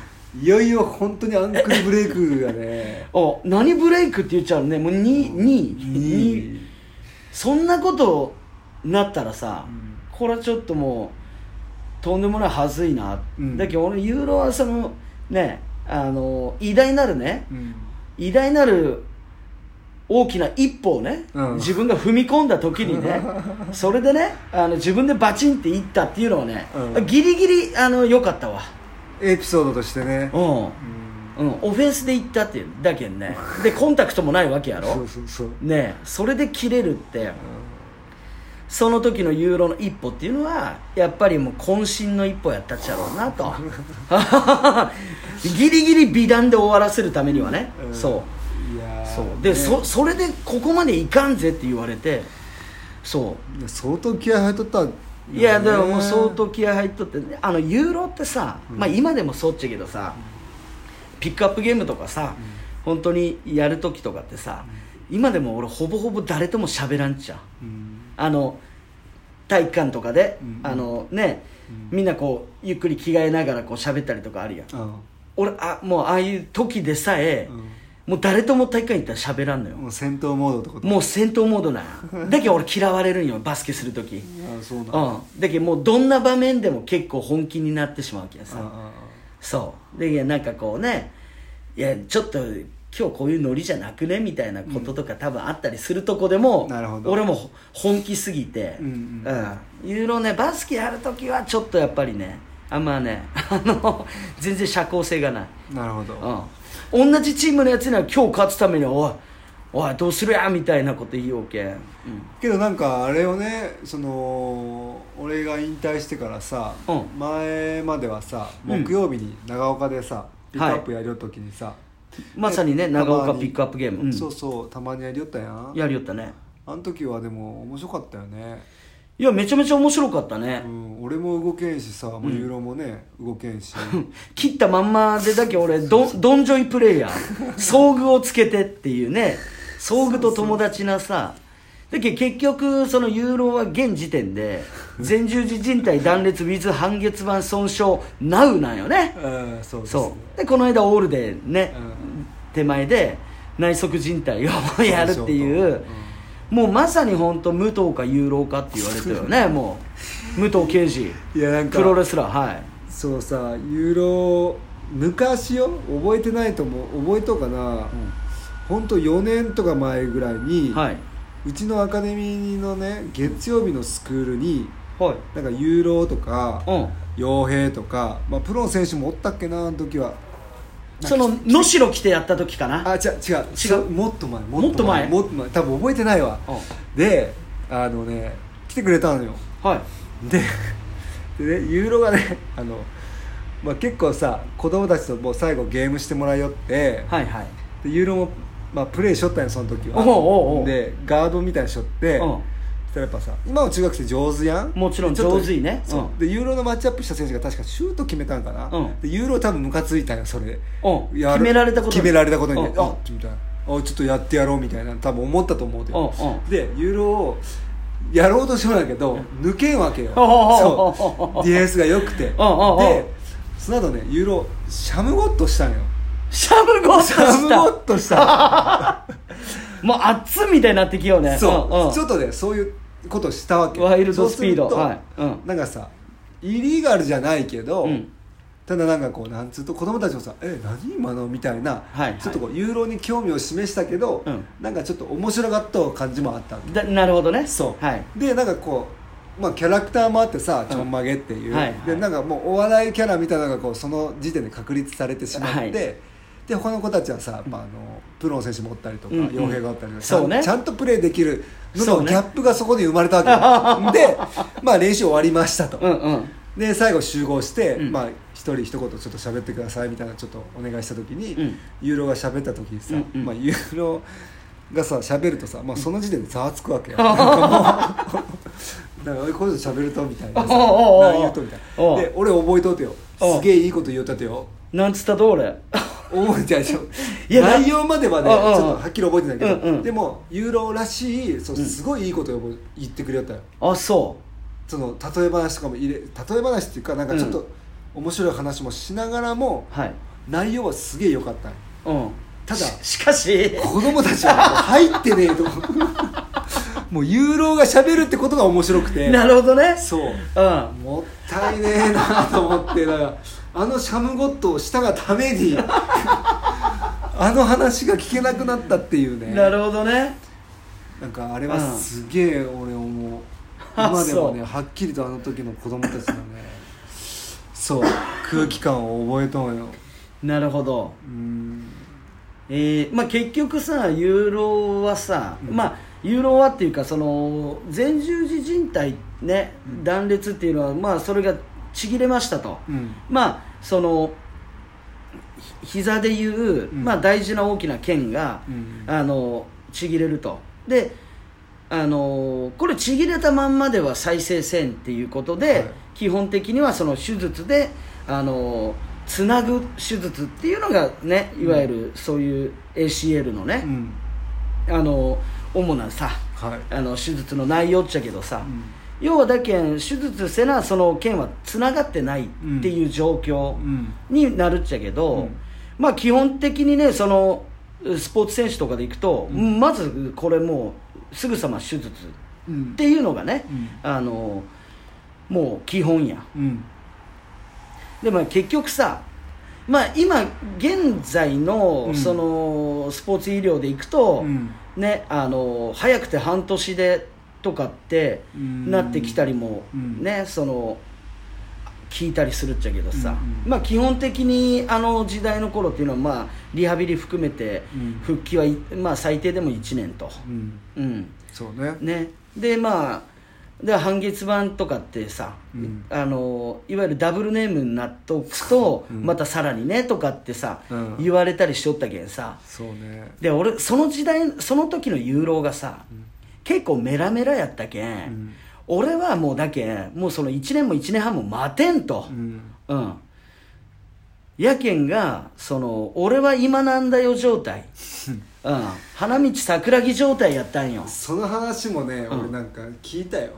S2: いよいよ本当にアンクルブレイクがね
S1: お何ブレイクって言っちゃうねもう 2, 2,
S2: 二位
S1: そんなことなったらさ、
S2: うん
S1: これはちょっともうとんでもないはずいな、
S2: うん
S1: だけど俺ユーロはそのねあの偉大なるね
S2: うん
S1: 偉大なる大きな一歩をね、
S2: うん
S1: 自分が踏み込んだ時に ねそれでねあの自分でバチンっていったっていうのはね、
S2: うん
S1: ギリギリあの良かったわ
S2: エピソードとしてね
S1: う、ん
S2: うん、
S1: うん、オフェンスで行ったっていうだけ んねでコンタクトもないわけや
S2: そ
S1: ろ
S2: うそうそう、
S1: ねえそれで切れるってその時のユーロの一歩っていうのはやっぱりもう渾身の一歩やったっちゃろうな とギリギリ美談で終わらせるためにはね、
S2: うん
S1: そう
S2: いやー
S1: そうで、
S2: ね
S1: そそれでここまでいかんぜって言われてそ
S2: 相当気合入っとったんだよ
S1: う
S2: ね
S1: いやだからもう相当気合入っとってねあのユーロってさ、まあ今でもそうっちゃけどさ、ピックアップゲームとかさ、本当にやる時とかってさ、今でも俺ほぼほぼ誰とも喋らんちゃう
S2: うん
S1: あの体育館とかで、
S2: うん
S1: あのね、みんなこうゆっくり着替えながらこう喋ったりとかあるやん
S2: あ
S1: 俺あもうああいう時でさえ、もう誰とも体育館行ったら喋らんのよ、
S2: もう戦闘モードってこと
S1: もう戦闘モードなん やだけど俺嫌われるんよバスケする時う
S2: あそうなんだ
S1: んだけどもうどんな場面でも結構本気になってしまうわけや
S2: あ
S1: さ
S2: あ
S1: そうでいやなんかこうねいやちょっと今日こういうノリじゃなくねみたいなこととか多分あったりするとこでも、
S2: なるほど
S1: 俺もほ本気すぎて
S2: うんうん
S1: うんユーロねバスケやる時はちょっとやっぱりねあんまね あの全然社交性がない
S2: あなるほど
S1: うん、同じチームのやつには今日勝つためにはおいおいどうするやみたいなこと言おうけん、
S2: けどなんかあれをねその俺が引退してからさ、
S1: うん
S2: 前まではさ
S1: うん
S2: 木曜日に長岡でさ、ピックアップやりよった時にさ、
S1: うん、まさにね
S2: で
S1: 長
S2: た
S1: 岡
S2: ま
S1: ピ
S2: に
S1: ックアップゲーム、うん
S2: そうそうたまにやりよったやん
S1: やりよったね
S2: あの時はでも面白かったよね、
S1: いやめちゃめちゃ面白かった
S2: う
S1: ね、
S2: ん、俺も動けんしさもうユーロもね、動けんし
S1: 切ったまんまでだけ俺どんどんじょいプレイヤー遭遇をつけてっていうね遭遇と友達なさだけど結局そのユーロは現時点で前十字靭帯断裂 with 半月板損傷 NOW なんよね
S2: うんそうですね
S1: そうでこの間オールでね、
S2: うん
S1: 手前で内側靭帯をやるっていう、もうまさに本当武藤か有郎かって言われてるよねもう武藤刑事
S2: いやなんか
S1: プロレスラーはい
S2: そうさユーロ昔よ覚えてないと思う覚えとうかな、ほんと4年とか前ぐらいに、
S1: はいう
S2: ちのアカデミーのね月曜日のスクールに
S1: はい
S2: なんかユーロとか
S1: うん
S2: 傭兵とか、まあ、プロの選手もおったっけなあの時は
S1: その能代来てやった時かな
S2: あ違う違うそうもっと前
S1: もっと前
S2: もっと前多分覚えてないわ
S1: う
S2: であのね来てくれたのよ
S1: んはい
S2: ででねユーロがねあの、まあ、結構さ子供たちともう最後ゲームしてもらいよって、
S1: はいはい
S2: でユーロも、まあ、プレーしよったんよその時は
S1: おうおうおう
S2: でガードみたいにしよって、
S1: うん
S2: そしたらやっぱさ今の中学生上手やん
S1: もちろん
S2: でょっと
S1: 上手いね
S2: そ
S1: う
S2: う
S1: ん
S2: でユーロのマッチアップした選手が確かシュート決めたんかな、
S1: うん
S2: でユーロ多分ムカついたんよそれで
S1: うん
S2: やる
S1: 決められたことに
S2: 決められたことにね
S1: うん
S2: あみたいなあちょっとやってやろうみたいな多分思ったと思うで
S1: うんうん
S2: でユーロをやろうとしようんだけど抜けんわけよ
S1: おうおうおうお
S2: そううディフェンスが良くてで
S1: んうんうん
S2: その後ねユーロシャムゴッとしたんよ
S1: シャムゴッと
S2: シャム
S1: し
S2: ゴ
S1: た
S2: ッとした
S1: もう熱みたいになってきようね
S2: そうちょ
S1: っ
S2: っとねそういうことしたわけ
S1: ワイルドスピード
S2: そうすると
S1: はいうん
S2: なんかさイリーガルじゃないけど、
S1: うん
S2: ただなんかこうなんつうと子供たちもさ「え何今の?」みたいな、
S1: はいはい
S2: ちょっとこうユーロに興味を示したけど、
S1: うん
S2: なんかちょっと面白がった感じもあったん
S1: だなるほどね
S2: そう、
S1: はい
S2: でなんかこう、まあ、キャラクターもあってさ
S1: ん
S2: ちょんまげっていう、
S1: はいはい
S2: でなんかもうお笑いキャラみたいなのがこうその時点で確立されてしまって、
S1: はい
S2: で他の子たちはさ、まあ、あのプロの選手もおったりとか
S1: うんうん
S2: 傭兵、がおったりとかち
S1: そ
S2: ゃ,、
S1: うんね
S2: ちゃんとプレーできるの
S1: そ
S2: の
S1: うね
S2: ギャップがそこに生まれた わけよで、まあ、練習終わりましたと。
S1: うんうん
S2: で最後集合して、
S1: うん
S2: まあ、一人一言ちょっと喋ってくださいみたいなちょっとお願いした時に、
S1: うん
S2: ユーロが喋った時にさ、
S1: うんうん
S2: まあ、ユーロがさ喋るとさ、まあ、その時点でざわつくわ けよなんかもう なんかおいこういうこと喋るとみたいなさ
S1: おうおうおう
S2: 何言うとみたい
S1: お
S2: な
S1: う
S2: で俺覚えとってよ
S1: おう
S2: すげえいいこと言うたってよ
S1: なんつったと俺
S2: 覚えてないでしょ
S1: いや
S2: 内容まではねち
S1: お
S2: ょ
S1: うおうおう
S2: っとはっきり覚えてないけど、
S1: うんうん
S2: でもユーロらしいそうすごいいいことを言ってくれよったよ、
S1: あそう
S2: その例え話とかも入れ例え話っていうかなんかちょっと面白い話もしながらも、
S1: はい
S2: 内容はすげえ良かった
S1: うん
S2: ただ
S1: ししかし
S2: 子供たちはもう入ってねえともうユーロが喋るってことが面白くて
S1: なるほどね
S2: そう
S1: うん
S2: もったいねえなと思ってだからあのシャムゴッドをしたがためにあの話が聞けなくなったっていうね
S1: なるほどね
S2: なんかあれは
S1: うん
S2: すげえ俺思う
S1: あ
S2: 今でも
S1: そ
S2: ね
S1: う
S2: はっきりとあの時の子供たちのねそう空気感を覚えたのよ
S1: なるほど
S2: うん
S1: えーまあ、結局さユーロはさ、
S2: うん
S1: まあユーロはっていうかその前十字靭帯ね
S2: うん
S1: 断裂っていうのはまあそれがちぎれましたと、
S2: うん
S1: まあそのひ膝でいう、
S2: うん
S1: まあ、大事な大きな剣が、
S2: うん
S1: あのちぎれるとであのこれちぎれたまんまでは再生せんっていうことで、
S2: はい
S1: 基本的にはその手術であのつなぐ手術っていうのがねいわゆるそういう ACL の
S2: う
S1: ね、
S2: ん
S1: あの主なさ
S2: はい
S1: あの手術の内容っちゃけどさ、
S2: うん
S1: 要はだけん手術せなその腱はつながってないっていう状況
S2: うん
S1: になるっちゃけど、
S2: うん
S1: まあ基本的にねそのスポーツ選手とかでいくと、
S2: うん
S1: まずこれもうすぐさま手術っ
S2: うん
S1: ていうのがね、
S2: うん
S1: あのもう基本や
S2: うん
S1: でも結局さまあ今現在の、
S2: うん
S1: そのスポーツ医療でいくと、
S2: うん
S1: ねあの早くて半年でとかって
S2: うん
S1: なってきたりも、
S2: うん
S1: ねその聞いたりするっちゃけどさ、
S2: うんうん
S1: まあ基本的にあの時代の頃っていうのはまあリハビリ含めて
S2: うん
S1: 復帰はい、まあ最低でも1年と、
S2: うん
S1: うん
S2: そうね
S1: ね、でまあで半月板とかってさ、
S2: うん
S1: あのいわゆるダブルネームになっとくと、
S2: うん
S1: またさらにねとかってさ、
S2: うん
S1: 言われたりしとったけんさ、
S2: そうね
S1: で俺その時代その時のユーロがさ、結構メラメラやったけん、
S2: ん
S1: 俺はもうだけんもうその1年も1年半も待てんと
S2: うん
S1: うん、やけんがその俺は今なんだよ状態、うん、花道桜木状態やったんよ
S2: その話もね、
S1: うん
S2: 俺なんか聞いたよ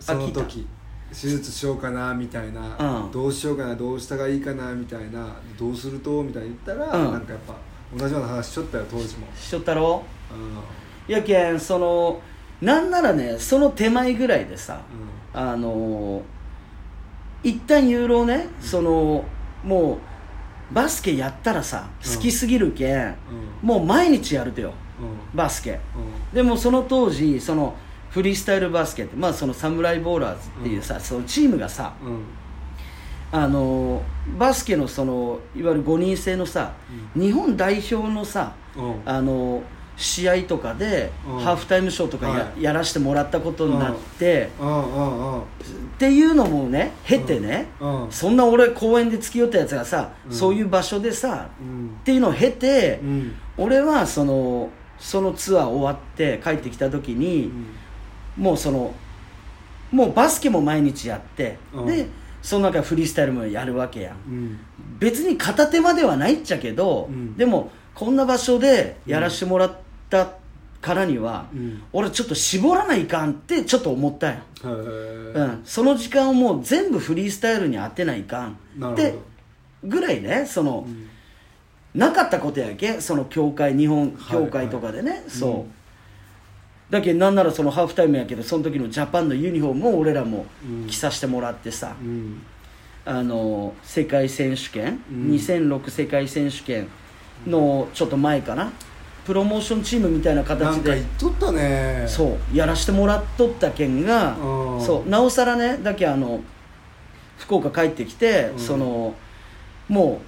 S2: その
S1: 聞
S2: 時手術しようかなみたいな、
S1: うん
S2: どうしようかなどうしたがいいかなみたいなどうするとみたいに言ったら、
S1: うん
S2: なんかやっぱ同じような話しちょったよ当時も、
S1: しとったろ
S2: う
S1: やけんそのなんならねその手前ぐらいでさ、
S2: んうん
S1: あの一旦ユーロをね、そのもうバスケやったらさ
S2: うん
S1: 好きすぎるけん、
S2: う
S1: もう毎日やるとよ
S2: うん
S1: バスケ
S2: うん
S1: でもその当時そのフリースタイルバスケってまあそのサムライボーラーズっていうさ、そのチームがさ
S2: うん
S1: あのバスケのそのいわゆる5人制のさ、日本代表のさ
S2: うん
S1: あの試合とかで、
S2: うん
S1: ハーフタイムショーとかや,、
S2: はい
S1: やらせてもらったことになって、
S2: うんうんうん
S1: っていうのもね経てね、
S2: うんうん
S1: そんな俺公園で付き合ったやつがさ、
S2: うん
S1: そういう場所でさ
S2: うん
S1: っていうのを経て、
S2: うん
S1: 俺はそのそのツアー終わって帰ってきた時に、もうそのもうバスケも毎日やって、
S2: うん
S1: でその中フリースタイルもやるわけやん
S2: うん
S1: 別に片手間ではないっちゃけど、
S2: うん
S1: でもこんな場所でやらしてもらったからには、
S2: うん
S1: 俺ちょっと絞らないかんってちょっと思ったんや
S2: へー
S1: うん、その時間をもう全部フリースタイルに当てないかん
S2: なるほど
S1: ってぐらいねその、
S2: ん
S1: なかったことやけその協会日本協会とかでね、そう、
S2: うん
S1: だけどなんならそのハーフタイムやけどその時のジャパンのユニフォームも俺らも
S2: うん
S1: 着させてもらってさ
S2: う、ん
S1: あの世界選手権、
S2: うん
S1: 2006世界選手権のちょっと前かなプロモーションチームみたいな
S2: な
S1: 形
S2: んか
S1: で
S2: 言っとったね
S1: そうやらしてもらっとった件が
S2: うん
S1: そうなおさらねだけあの福岡帰ってきて、
S2: うん
S1: そのも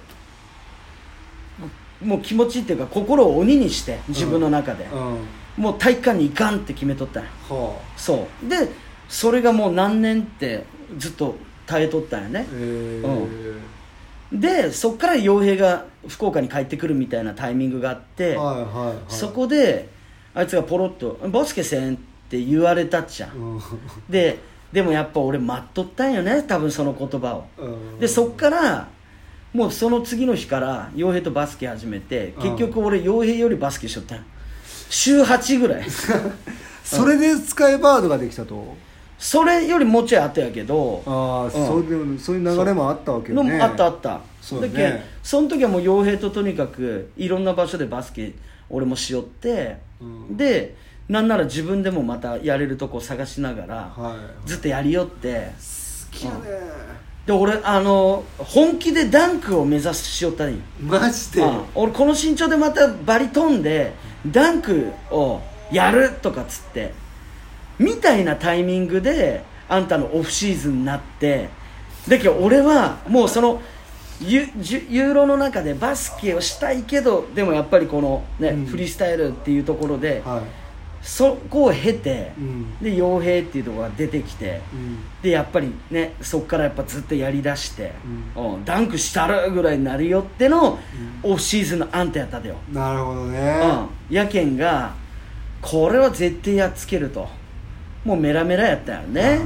S1: うもう気持ちっていうか心を鬼にして自分の中で、
S2: うん
S1: もう体育館に行かんって決めとったんや
S2: はあ
S1: そうでそれがもう何年ってずっと耐えとったんやね
S2: えー
S1: でそっから傭兵が福岡に帰ってくるみたいなタイミングがあって、
S2: はいはいはい
S1: そこであいつがポロッと「バスケせん」って言われたっちゃん、
S2: うん
S1: ででもやっぱ俺待っとったんよね多分その言葉を
S2: うん
S1: でそっからもうその次の日から傭兵とバスケ始めて結局俺傭兵よりバスケしとったんよ週8ぐら い
S2: それでスカイバードができたと
S1: それよりもうちょい後やけど
S2: ああ、
S1: ん
S2: そうでもそういう流れもあったわけよ
S1: の
S2: ね
S1: あったあった
S2: そうだね
S1: けんその時はもう傭兵ととにかくいろんな場所でバスケ俺もしよって、
S2: うん
S1: でなんなら自分でもまたやれるとこ探しながら
S2: はい
S1: ずっとやりよって
S2: 好きやね
S1: で俺あの本気でダンクを目指すしよったらいい
S2: マジで
S1: うん俺この身長でまたバリ飛んでダンクをやるとかっつってみたいなタイミングであんたのオフシーズンになってだけど俺はもうそのユジュユーロの中でバスケをしたいけどでもやっぱりこの、ね
S2: うん
S1: フリースタイルっていうところで、
S2: は
S1: そこを経て、
S2: いうん
S1: で傭兵っていうところが出てきて
S2: うん
S1: でやっぱりねそこからやっぱずっとやりだして、
S2: う
S1: うんダンクしたるぐらいになるよっての、オフシーズンのあんたやったでよ、
S2: なるほどね
S1: うん、やけんがこれは絶対やっつけるともうメラメラやったよね、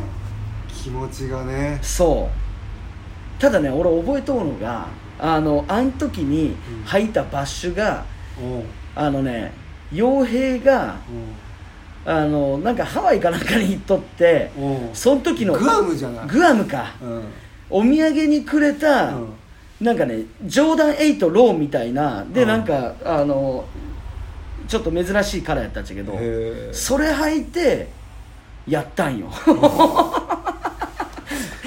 S2: 気持ちがね
S1: そうただね俺覚えとうのがあのあん時に履いたバッシュが、
S2: おう
S1: あのね傭兵があのなんかハワイかなんかに行っとって
S2: おうおう
S1: その時の
S2: グアムじゃない
S1: グアムか
S2: うん
S1: お土産にくれた、
S2: うん
S1: なんかねジョーダン8ローみたいなで、
S2: うん
S1: なんかあのちょっと珍しいカラーやったんちゃけど
S2: へえ
S1: それ履いてやった んよで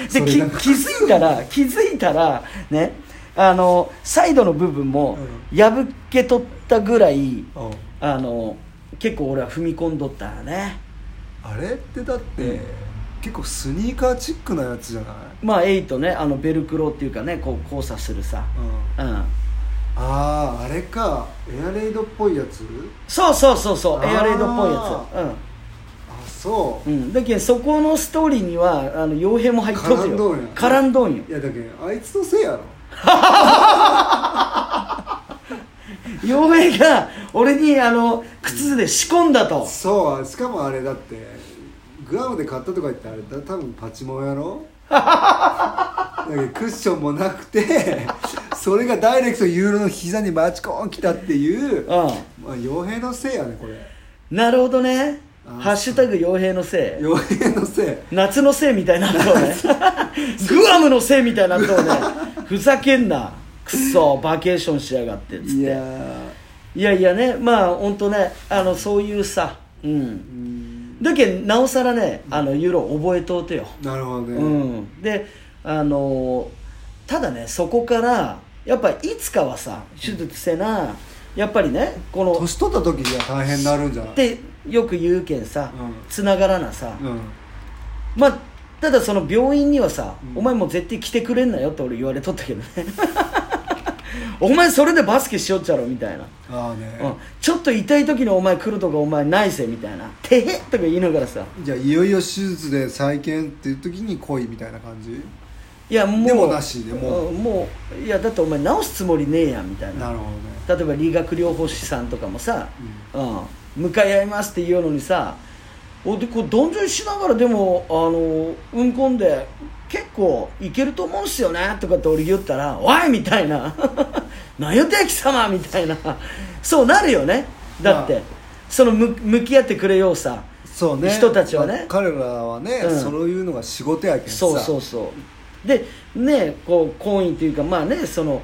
S2: それ
S1: き
S2: なんか
S1: 気づいたら気づいたらねあのサイドの部分も破けとったぐらい
S2: おう
S1: あの結構俺は踏み込んどったよね
S2: あれってだって、
S1: うん
S2: 結構スニーカーチックなやつじゃない、
S1: まあ8ねあのベルクロっていうかねこう交差するさ
S2: うん、
S1: うん
S2: あああれかエアレイドっぽいやつ
S1: そうそうそうそう
S2: あー
S1: エアレイドっぽいやつうん
S2: あそう、
S1: うん、だけどそこのストーリーにはあの傭兵も入っとるよ
S2: 絡
S1: 絡んどんよ
S2: いやだけどあいつのせいやろ
S1: 傭兵が俺にあの靴で仕込んだと
S2: そうしかもあれだってグアムで買ったとか言ってあれだ多分パチモン やろだけどクッションもなくてそれがダイレクトユーロの膝にバチコーン来たっていう、
S1: う
S2: まあ、傭兵のせいやねこれ
S1: んなるほどね「
S2: あー
S1: ハッシュタグ傭兵のせい」
S2: 傭兵のせい
S1: 夏のせいみたいになっとう ねグアムのせいみたいになっとうねふざけんなくっそバケーションしやがってっつってい
S2: いや
S1: や
S2: ー
S1: いやねまあ本当ねあのそういうさう
S2: うんん
S1: だけどなおさらねあのユーロ覚えとうてよ
S2: なるほどね、
S1: うん、であのーただねそこからやっぱいつかはさ手術せなやっぱりねこの
S2: 年取った時には大変になるんじゃない
S1: ってよく言うけんさ
S2: うん
S1: つながらなさ、
S2: うん
S1: まあただその病院にはさ、
S2: うん
S1: お前もう絶対来てくれんなよって俺言われとったけどね お前それでバスケしよっちゃろみたいな、
S2: ああ
S1: うん
S2: ね、、
S1: ちょっと痛い時にお前来るとかお前ないぜみたいな「てへ」とか言いながらさ
S2: じゃあいよいよ手術で再建っていう時に来いみたいな感じ
S1: いやもう
S2: でもなしでも
S1: うんもういやだってお前治すつもりねえやんみたいな
S2: なるほどね、
S1: 例えば理学療法士さんとかもさ、
S2: う
S1: うん、向かい合いますって言うのにさおでこうどんじょいしながらでもあのうんこんで結構いけると思うんすよねとかって俺言ったら「おい!」みたいな 「何言って貴様!」みたいなそうなるよねだって、
S2: まあ
S1: その向向き合ってくれようさ
S2: そうね
S1: 人たちはね
S2: 彼らはね、
S1: うん
S2: そういうのが仕事やけんさ
S1: そうそうそうでねこう婚姻というかまあねその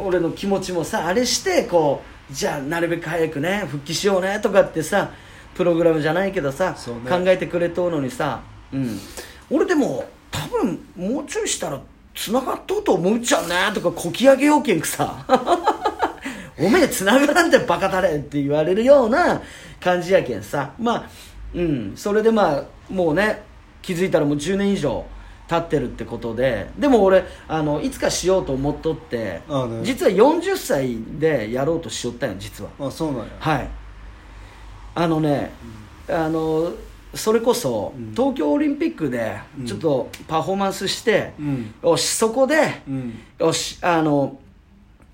S1: 俺の気持ちもさあれしてこうじゃあなるべく早くね復帰しようねとかってさプログラムじゃないけどさ、
S2: そうね
S1: 考えてくれとうのにさ、うん、俺でも多分もうちょいしたら繋がっとうと思うじゃんねとかこき上げようけんくさ おめえ繋がらんてバカだれって言われるような感じやけんさまあうんそれでまあもうね気づいたらもう10年以上経ってるってことででも俺あのいつかしようと思っとって
S2: ああね
S1: 実は40歳でやろうとしよったんよ実は
S2: あそうなんや
S1: はいあのね、あのそれこそ、
S2: うん
S1: 東京オリンピックで
S2: うん
S1: ちょっとパフォーマンスして
S2: う、ん
S1: よしそこで、
S2: うん
S1: よしあの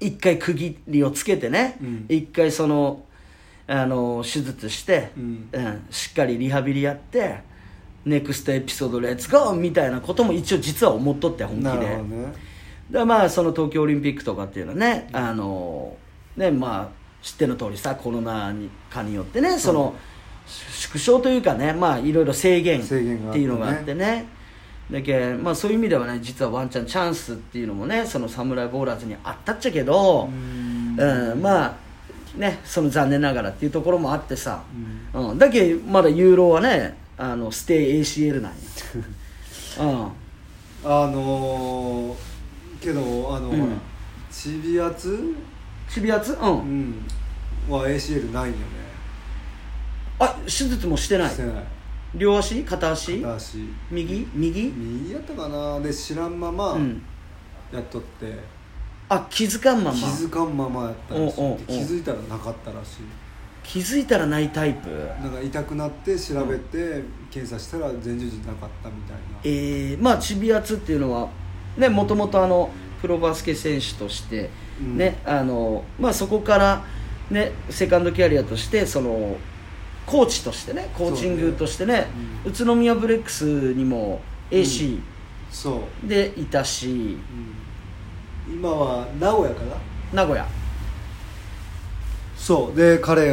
S1: 一回区切りをつけてね、
S2: うん
S1: 一回そのあの手術して、
S2: うん
S1: うんしっかりリハビリやってネクストエピソードレッツゴーみたいなことも一応実は思っとって本気で
S2: なるほどね
S1: だからまあその東京オリンピックとかっていうのはねあのねまあ知っての通りさコロナにかによってねその縮小というかねまあいろいろ制限って
S2: 制限があってね
S1: いうのがあってねだけまあそういう意味ではね実はワンチャンチャンスっていうのもねそのサムライボーラーズにあったっちゃけど、
S2: うん
S1: うんまあね、その残念ながらっていうところもあってさ、うんだけどまだユーロはねあのステイ ACL なんや、
S2: あのー、けどあの、
S1: うん
S2: ほらチビアツ、
S1: うん、渋谷つう
S2: うんん、は ACL ないんよね
S1: あ手術もしてない
S2: してない
S1: 両足片足
S2: 片足
S1: 右右、
S2: 右やったかなで知らんまま
S1: うん、
S2: やっとって、
S1: あ気づかんまま
S2: 気づかんままやったらし
S1: おうおうおう
S2: いで気づいたらなかったらしい
S1: 気づいたらないタイプ
S2: なんか痛くなって調べて検査したら前十字なかったみたいな
S1: えー、まあチビアツっていうのはねもともとあのプロバスケ選手として、
S2: うん
S1: ねあのまあ、そこから、ね、セカンドキャリアとしてそのコーチとしてねコーチングとしてね宇都宮ブレックスにも AC
S2: そう、う
S1: でいたし、
S2: ん、今は名古屋かな
S1: 名古屋
S2: そうで彼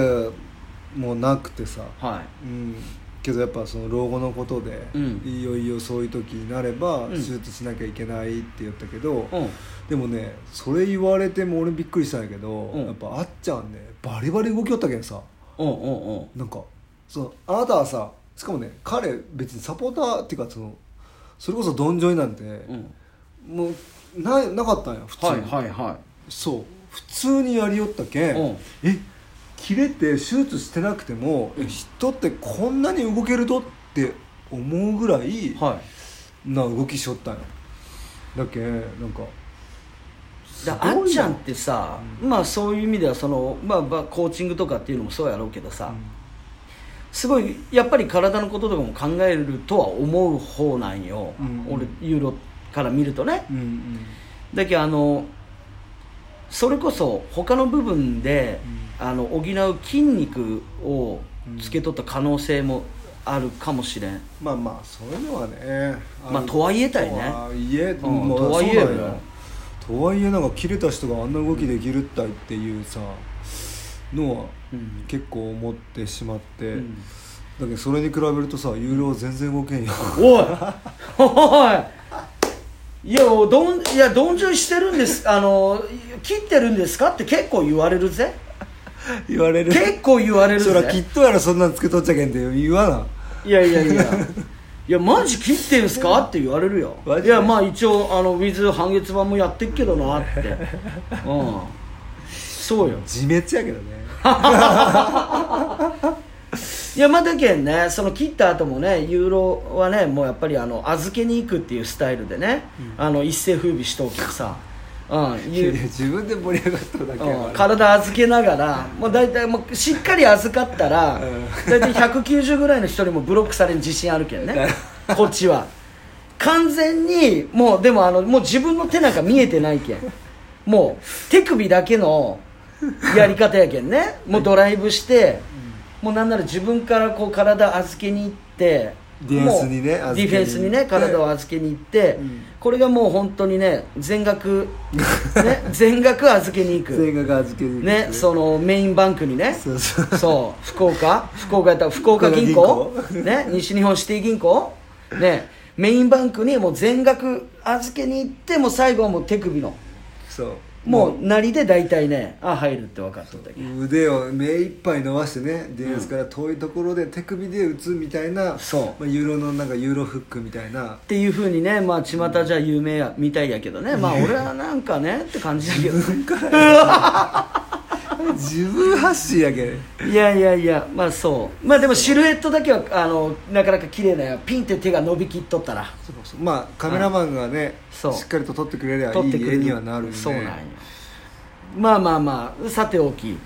S2: もなくてさ、
S1: は
S2: うん、けどやっぱその老後のことで、
S1: うん
S2: いよいよそういう時になれば
S1: うん
S2: 手術しなきゃいけないって言ったけど、
S1: い、うん、
S2: でもねそれ言われても俺びっくりしたんやけど、
S1: うん
S2: やっぱあっちゃんねバリバリ動きよったけんさ
S1: うんうんうん
S2: なんかそのあなたはさしかもね彼別にサポーターっていうかそのそれこそどんじょいなんて、
S1: うん
S2: もうななかったんや普通に、
S1: はいはいは
S2: そう普通にやりよったけん、
S1: うん
S2: え切れて手術してなくても、え人ってこんなに動けるとって思うぐらい
S1: いはい
S2: な動きしよったんよだけんなんか
S1: だ
S2: す
S1: あ
S2: ごいな
S1: っちゃんってさ、まあそういう意味ではその、まあ、まあコーチングとかっていうのもそうやろうけどさ、すごいやっぱり体のこととかも考えるとは思う方なんよ、
S2: うん
S1: 俺ユーロから見るとね
S2: うんうん
S1: だけどあのそれこそ他の部分で、あの補う筋肉をつけとった可能性もあるかもしれん、
S2: まあまあそういうのはね
S1: まあとはいえたいね
S2: とはいえ、
S1: うん
S2: まあ
S1: とはいえよ
S2: そうなんやとはいえなんか切れた人があんな動きできるったいっていうさのは
S1: うん
S2: 結構思ってしまって、
S1: うん
S2: だけどそれに比べるとさ有料全然動け んよ
S1: おいおいいやどんいやどんじょいしてるんですあの切ってるんですかって結構言われるぜ
S2: 言われる
S1: 結構言われる
S2: そらきっ
S1: ぜ
S2: とやらそんなんつけとっちゃけんって言わない
S1: やいやいやいやマジ切ってんすかって言われるよ
S2: マジ
S1: い
S2: で
S1: やまあ一応あのウィズ半月板もやってっけどなってうんそうよ
S2: 自滅やけどね
S1: いやまあだけんねその切った後もねユーロはねもうやっぱりあの預けに行くっていうスタイルでね、あの一世風靡しとくさ、うん、
S2: いや
S1: ユ
S2: いや 自分で盛り上がっただけや
S1: うん
S2: から
S1: 体預けながらもう大体もうしっかり預かったら
S2: うん
S1: 大体190ぐらいの人にもブロックされる自信あるけどねこっちは完全にもうでもあのもう自分の手なんか見えてないけんもう手首だけのやり方やけんねもうドライブしてもうなんなら自分からこう体預けに行って
S2: ディフェンスにね
S1: もう
S2: 預
S1: ディ
S2: けに行って
S1: フェンスにね体を預けに行って、
S2: うん
S1: これがもう本当にね全 額、ね、全額預けに行く
S2: 全額預けに行く
S1: ね、そのメインバンクにね
S2: そうそう
S1: そう福岡福岡やったら福岡銀行
S2: 福岡
S1: ね、西日本シティ銀行、ね、メインバンクにもう全額預けに行ってもう最後はもう手首の
S2: そう
S1: もうなりで大体ねあ入るって分かっとったけど
S2: 腕を目いっぱい伸ばしてねディフェンスから遠いところで手首で打つみたいな、
S1: そう
S2: まあ、ユーロのなんかユーロフックみたいな
S1: っていうふうにねまあ巷じゃ有名やみたいやけどねまあ俺はなんかねって感じだけどね
S2: 自分発信やけん
S1: いやいやいやまあそうまあでもシルエットだけはあのなかなか綺麗なよピンって手が伸びきっとったら
S2: そうそうまあカメラマンがねし
S1: そう
S2: っかりと撮ってくれりゃ
S1: 取
S2: い
S1: っ
S2: い
S1: てくれ
S2: 絵
S1: る
S2: にはなるよね
S1: そうなんよまあまあまあさておき、
S2: ん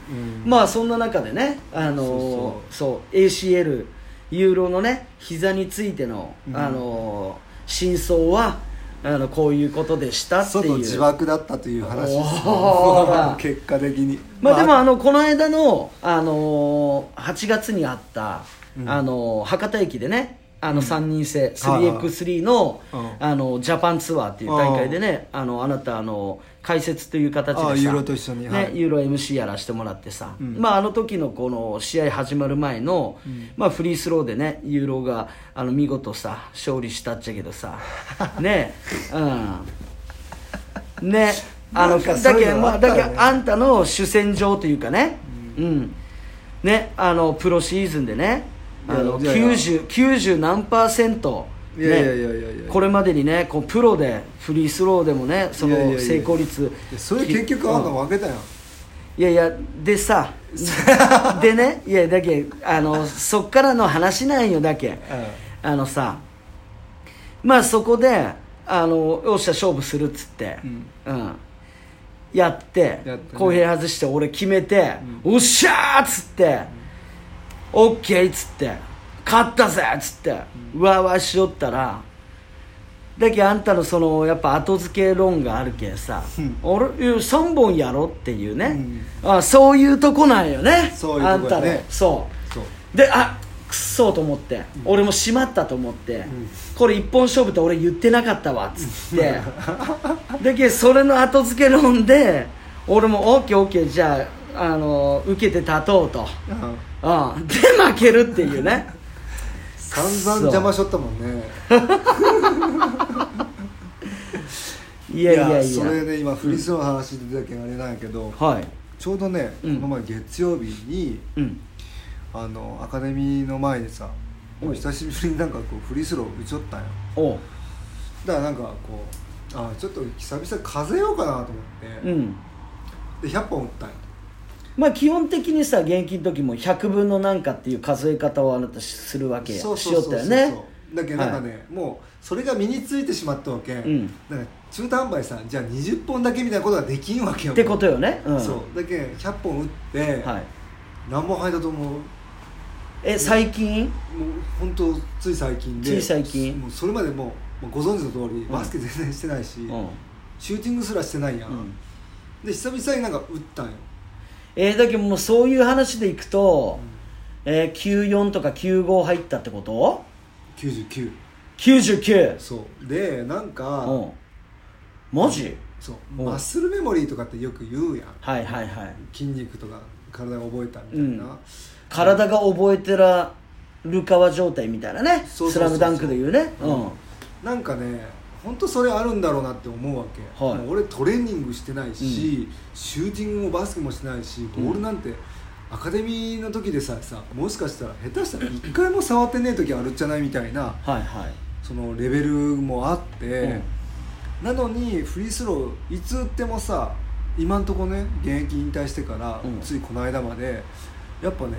S1: まあそんな中でねあのーそう ACL ユーロのね膝についての、
S2: うん
S1: あのー真相はあのこういうことでしたって
S2: 外
S1: い
S2: 自
S1: う
S2: 爆だったという話ですね
S1: おー
S2: 結果的に
S1: まあでも
S2: あ
S1: あのこの間の、あのー8月にあった、あのー博多駅でねあの3人制 3x3 の,、
S2: うん
S1: あのジャパンツアーっていう大会でねあのあなたあの解説という形で
S2: あ
S1: さ
S2: あユーロと一緒に
S1: ね
S2: はい
S1: ユーロ MC やらしてもらってさ、
S2: うん
S1: まあ、あの時のこの試合始まる前の、まあ、フリースローでねユーロがあの見事さ勝利したっちゃけど さねうんねあの
S2: なんか
S1: だ
S2: そう
S1: け
S2: いうの
S1: ま
S2: あ
S1: あ
S2: った
S1: だ
S2: ね
S1: けあんたの主戦場というかね、うんねあのプロシーズンでねあの
S2: いやいやいや
S1: 90, 90何パーセント、ね、
S2: いやいやいやいやいや
S1: これまでにねこうプロでフリースローでもねその
S2: いやいやいや
S1: 成功率
S2: いやそれ結局あんた負けたやん
S1: いやいやで さでねいやだけあのそっからの話なんよだけ、あのさまあそこであのよっしゃ勝負するっつって、うんやって
S2: やったね
S1: 公平外して俺決めて、おっしゃーっつって、オッケーっつって勝ったぜっつって、うわーわーしよったらだけどあんたのそのやっぱ後付け論があるけんさ、
S2: うん
S1: 俺3本やろっていうね、あそういうとこなんよね
S2: そういうとこやね
S1: あんたのそう
S2: そう
S1: であくっそうと思って、俺もしまったと思って、これ一本勝負って俺言ってなかったわっつってだけどそれの後付け論で俺も OKOK じゃああの受けて立とうと、
S2: うん
S1: うん、で負けるっていう ね
S2: 散々邪魔しとったもんね
S1: いやいやいや
S2: それで今フリースローの話で出たけんあれなんやけど
S1: はい
S2: ちょうどね
S1: う
S2: こ
S1: ん
S2: の前月曜日に
S1: うん
S2: あのアカデミーの前でさもう久しぶりになんかこうフリースロー打ちよったんよ
S1: おう
S2: だからなんかこうあちょっと久々風邪ようかなと思って、
S1: うん
S2: で100本打ったんよ
S1: まあ基本的にさ現役の時も100分のなんかっていう数え方をあなたするわけや
S2: そう
S1: し
S2: そ
S1: よ
S2: う
S1: っ
S2: そう
S1: た
S2: そ
S1: よ
S2: う
S1: ね
S2: だけどなんかね、もうそれが身についてしまったわけ、
S1: ん
S2: だから中途半端にさじゃあ20本だけみたいなことができんわけよ
S1: ってことよね、うん、
S2: そうだけど100本打って、
S1: はい
S2: 何本入ったと思うもう
S1: え最近
S2: 本当つい最近で
S1: つい最近
S2: もうそれまでもうもうご存知の通りバスケ全然してないし、
S1: うん、
S2: シューティングすらしてないやん、
S1: うん
S2: で久々になんか打ったんよ
S1: えーだけどもうそういう話でいくと、えー、94とか95入ったってこと
S2: 99
S1: 99
S2: そうでなんか、
S1: うんマジ
S2: そう
S1: うん
S2: マッスルメモリーとかってよく言うやん
S1: はいはいはい
S2: 筋肉とか体が覚えたみたいな、
S1: うん体が覚えてらるかは状態みたいなね
S2: そう
S1: ス
S2: そうそうそう
S1: ラムダンクで言うねうん、
S2: なんかね本当それあるんだろうなって思うわけ、
S1: はい
S2: もう俺トレーニングしてないし、シューティングもバスケもしてないしボールなんて、アカデミーの時でさえさもしかしたら下手したら一回も触ってねえ時あるんじゃないみたいな
S1: はいはい
S2: そのレベルもあって、
S1: うん
S2: なのにフリースローいつ打ってもさ今んとこね現役引退してから、
S1: うん
S2: ついこの間までやっぱね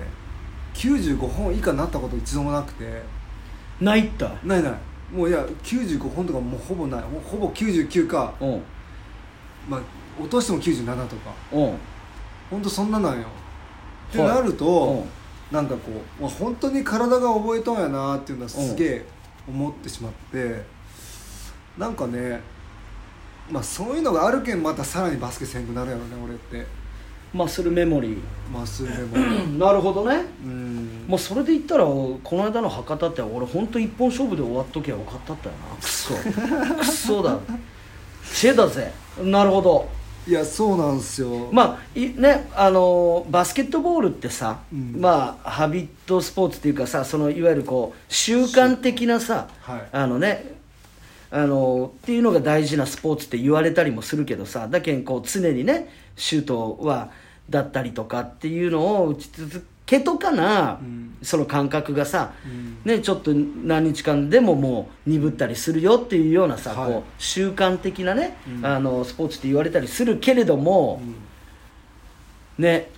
S2: 95本以下になったこと一度もなくて
S1: ないった
S2: ないないもういや95本とかもうほぼないもうほぼ99か、
S1: うん
S2: まあ、落としても97とか
S1: うん
S2: ほんとそんななんよ、って
S1: はい
S2: なる
S1: うん
S2: となんかこう、まあ、本当に体が覚えとんやなっていうのはすげえ思ってしまってなんかねまあそういうのがあるけんまたさらにバスケせんくなるやろね俺って
S1: マッスルメモリ
S2: まっすぐ でも
S1: ーなるほどね
S2: うん
S1: もうそれで言ったらこの間の博多って俺本当一本勝負で終わっときゃよかったったよなクソクソだチェだぜなるほど
S2: いやそうなんすよ、
S1: まあいねあのーバスケットボールってさ、
S2: うん
S1: まあハビットスポーツっていうかさそのいわゆるこう習慣的なさ、
S2: はい
S1: あのねあのーっていうのが大事なスポーツって言われたりもするけどさだけんこう常にねシュートはだったりとかっていうのを打ち続けとかな、
S2: うん
S1: その感覚がさ、
S2: うん
S1: ね、ちょっと何日間でももう鈍ったりするよっていうようなさ、
S2: はい
S1: こう習慣的なね、
S2: うん
S1: あのスポーツって言われたりするけれども、
S2: うん
S1: ね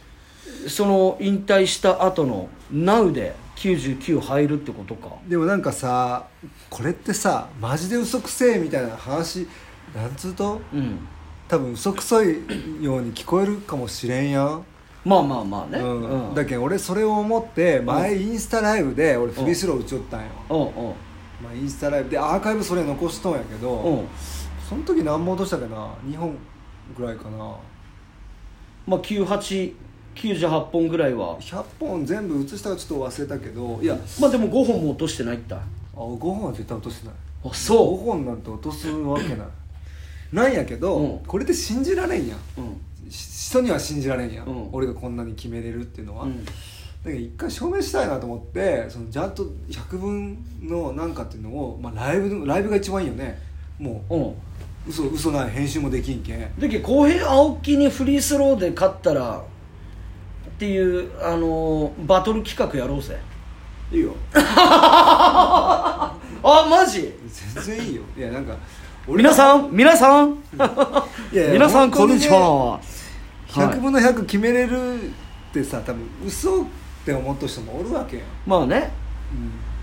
S1: その引退した後の NOW で99入るってことか
S2: でもなんかさこれってさマジで嘘くせえみたいな話なんつうと
S1: うん
S2: 多分嘘くさいように聞こえるかもしれんやん、
S1: まあまあまあね
S2: うん
S1: うん
S2: だけど俺それを思って前インスタライブで俺フリースロー打ちよったんよ、
S1: うんうん
S2: まあ、インスタライブでアーカイブそれ残しとんやけど、
S1: うん
S2: その時何本落としたかな2本ぐらいかな
S1: まあ9898本ぐらいは
S2: 100本全部写したかちょっと忘れたけどいや
S1: まあでも5本も落としてないった
S2: あ5本は絶対落としてない
S1: あ
S2: 5
S1: そ
S2: 本なんて落とすわけないなんやけど、
S1: うん
S2: これって信じられんやん
S1: ううん
S2: し人には信じられんやん、
S1: うん
S2: 俺がこんなに決めれるっていうのは、
S1: うん
S2: だけど一回証明したいなと思ってそのちゃんと100分のなんかっていうのを、まあ、ライブのライブが一番いいよねも
S1: うん
S2: う嘘嘘ない編集もできんけん
S1: だけど浩平青木にフリースローで勝ったらっっていうあのバトル企画やろうぜ
S2: いいよ
S1: あマジ
S2: 全然いいよいやなんか
S1: 皆さん皆さん
S2: いやいや
S1: 皆さん
S2: 本当
S1: こん
S2: に
S1: に
S2: ね
S1: ちは、は
S2: 100
S1: い
S2: 分の100決めれるってさ多分嘘って思った人もおるわけやん、
S1: まあね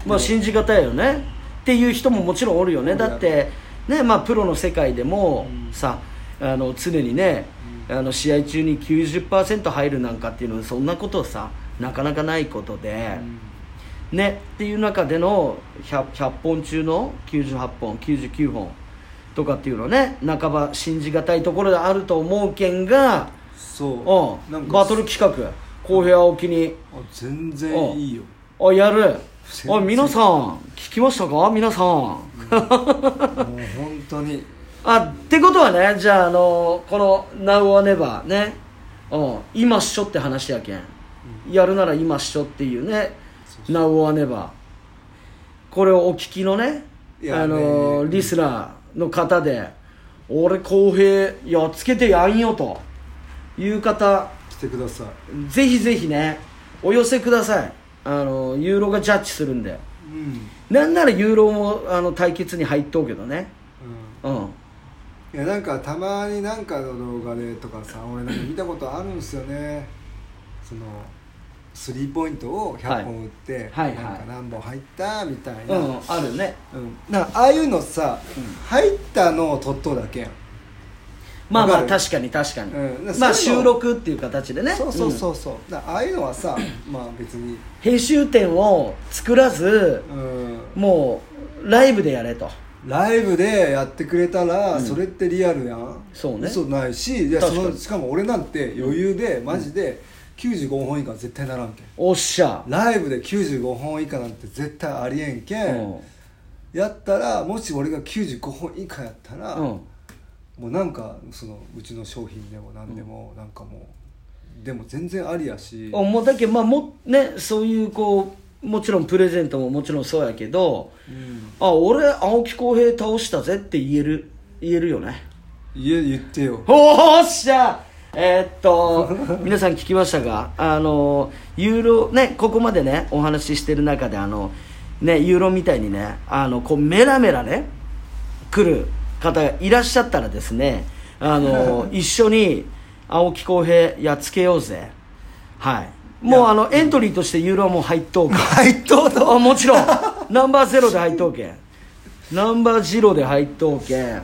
S1: まあ
S2: で
S1: 信じがたいよねっていう人ももちろんおるよね
S2: おるや
S1: だ
S2: ろ
S1: ってねまあプロの世界でも
S2: うん
S1: さあの常にね
S2: う
S1: あの試合中に90%入るなんかっていうのはそんなことさなかなかないことでねっていう中での 100, 100本中の98本99本とかっていうのはね半ば信じがたいところであると思うけんが
S2: そううなんんか
S1: バトル企画公平青木に
S2: あ全然いいよ
S1: あやる
S2: 全然
S1: あ皆さん聞きましたか皆さん
S2: もう本当に
S1: あってことはねじゃああのこの「Now or Never ね」うん今っしょって話やけん、やるなら今っしょっていうね「Now or Never」これをお聞きのね
S2: いや
S1: あの
S2: ね
S1: リスナーの方で「俺公平やっつけてやんよ」という方
S2: 来てください
S1: ぜひぜひねお寄せくださいあのユーロがジャッジするんで
S2: うん、
S1: なんならユーロもあの対決に入っとうけどねうん
S2: いやなんかたまになんかの動画でとかさ俺なんか見たことあるんですよねそのスリーポイントを100本打って、
S1: はいはいはい
S2: なんか何本入ったみたいな、
S1: う
S2: うん
S1: ん、あるね
S2: なんかああいうのさ、
S1: うん
S2: 入ったのを取っとうだけやん
S1: まあまあ
S2: わかる
S1: 確かに確かに、
S2: うん
S1: まあ
S2: そう
S1: 収
S2: いうの
S1: 録っていう形でね
S2: そうそうそううそう、だからああいうのはさまあ別に
S1: ん編集点を作らず
S2: うん
S1: もうライブでやれと
S2: ライブでやってくれたら、
S1: うん
S2: それってリアルやん
S1: そうね
S2: 嘘ないしいやそ
S1: 確かに
S2: のしかも俺なんて余裕で、マジで95本以下は絶対ならんけん
S1: おっしゃ、
S2: ライブで95本以下なんて絶対ありえんけ、
S1: うんん
S2: やったらもし俺が95本以下やったら、
S1: う
S2: も
S1: ん
S2: うなんかそのうちの商品でも何でも、なんかもうでも全然ありやし、
S1: あもうだけどまあもねそういうこうもちろんプレゼントももちろんそうやけど
S2: うん、
S1: あ俺青木浩平倒したぜって言える言えるよね
S2: 家言ってよ
S1: おっしゃえーっと皆さん聞きましたかあのユーロねここまでねお話ししてる中であのねユーロみたいにねあのこうメラメラね来る方がいらっしゃったらですねあの一緒に青木浩平やっつけようぜはいもうあのエントリーとしてユーロはもう入っとうか
S2: 入っとう
S1: あもちろんナンバーゼロで入っとうけんナンバーゼロで入っとうけん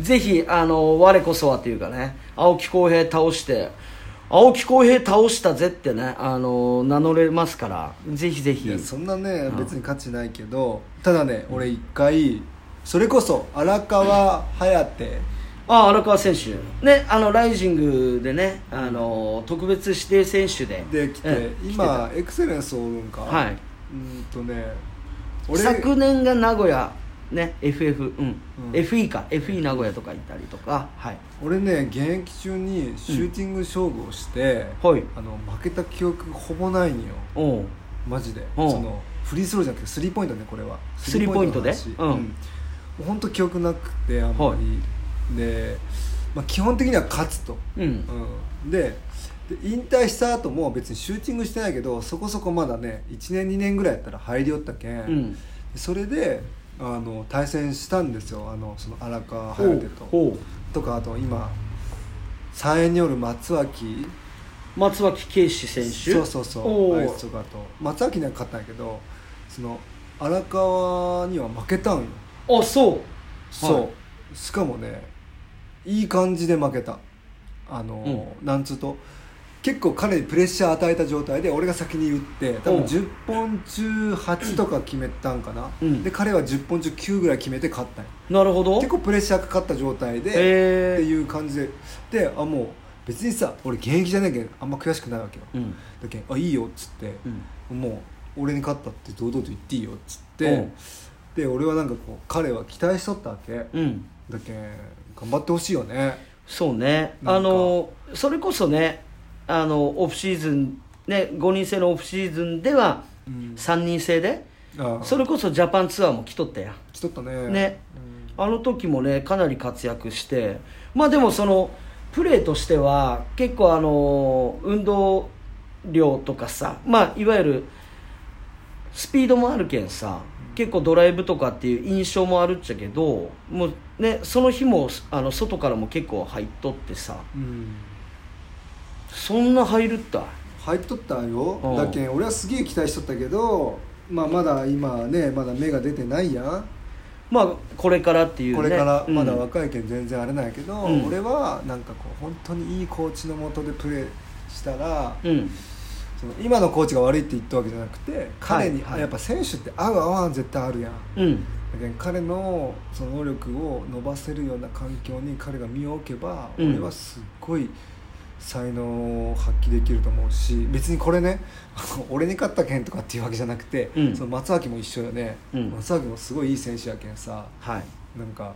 S1: ぜひあの我こそはというかね青木浩平倒して青木浩平倒したぜってねあの名乗れますからぜひぜ
S2: い
S1: ひ
S2: やそんなね別に価値ないけどただね俺一回それこそ荒川颯
S1: あ荒川選手ねあのライジングでねあの特別指定選手で
S2: で来て
S1: ええ来て
S2: 今エクセレンスおるんか
S1: はいう
S2: ーんとね
S1: た昨年が名古屋ね FF うん、
S2: うん
S1: FE か FE 名古屋とか行ったりとかはい
S2: 俺ね現役中にシューティング勝負をして、
S1: うんはい
S2: あの負けた記憶ほぼないんよ
S1: おう
S2: マジで、
S1: うん
S2: そのフリースローじゃなくてスリーポイントねこれは
S1: スリーポイントで
S2: スリー
S1: うん
S2: の話うん本当、記憶なくてあんまり、で、まあ、基本的には勝つと、
S1: うん
S2: うん、でで引退した後も別にシューティングしてないけどそこそこまだね1年2年ぐらいやったら入りよったけん、
S1: うん
S2: それであの対戦したんですよあのその荒川
S1: お
S2: 颯
S1: う
S2: と。
S1: おう
S2: とかあと今三円による松脇
S1: 松脇圭司選手
S2: そうそうそ
S1: お
S2: う
S1: う
S2: あいつとかと松脇には勝ったんやけどその荒川には負けたんよ
S1: あそう
S2: そう、
S1: は
S2: しかもねいい感じで負けたあの、なんつうと結構彼にプレッシャー与えた状態で俺が先に打って多
S1: お
S2: 分
S1: う
S2: 10本中8とか決めたんかな、
S1: うん
S2: で彼は10本中9ぐらい決めて勝ったんよ
S1: なるほど
S2: 結構プレッシャーかかった状態で、っ
S1: え
S2: て
S1: ー
S2: いう感じでであもう別にさ俺現役じゃないけどあんま悔しくないわけよ、
S1: うん
S2: だけんあいいよっつって、
S1: うん
S2: もう俺に勝ったって堂々と言っていいよっつっ
S1: う
S2: て
S1: ん
S2: で俺はなんかこう彼は期待しとったわけだ
S1: うん
S2: けん頑張ってほしいよね
S1: そうね
S2: なんか
S1: あのそれこそねあのオフシーズンね5人制のオフシーズンでは
S2: うん
S1: 3人制で
S2: あ
S1: それこそジャパンツアーも来とったやん
S2: しとったね
S1: ねあの時もねかなり活躍してまあでもそのプレーとしては結構あの運動量とかさまあいわゆるスピードもあるけんさ結構ドライブとかっていう印象もあるっちゃけどもうねその日もあの外からも結構入っとってさ
S2: うん
S1: そんな入るった
S2: 入っとったんよ
S1: うん
S2: だけん俺はすげえ期待しとったけど、まあ、まだ今ねまだ芽が出てないやん
S1: まあこれからっていうね
S2: これから
S1: うん
S2: まだ若いけん全然あれなんやけど、
S1: うん
S2: 俺はなんかこう本当にいいコーチのもとでプレーしたら、
S1: うん
S2: その今のコーチが悪いって言ったわけじゃなくて彼に、
S1: はいはい
S2: やっぱ選手って合う合わん絶対あるやん
S1: うん
S2: だけど彼のその能力を伸ばせるような環境に彼が身を置けば、
S1: うん
S2: 俺はすっごい才能を発揮できると思うし別にこれね 俺に勝ったけんとかっていうわけじゃなくて、
S1: うん
S2: その松脇も一緒よね、
S1: うん
S2: 松脇もすごいいい選手やけんさ
S1: はい
S2: なんか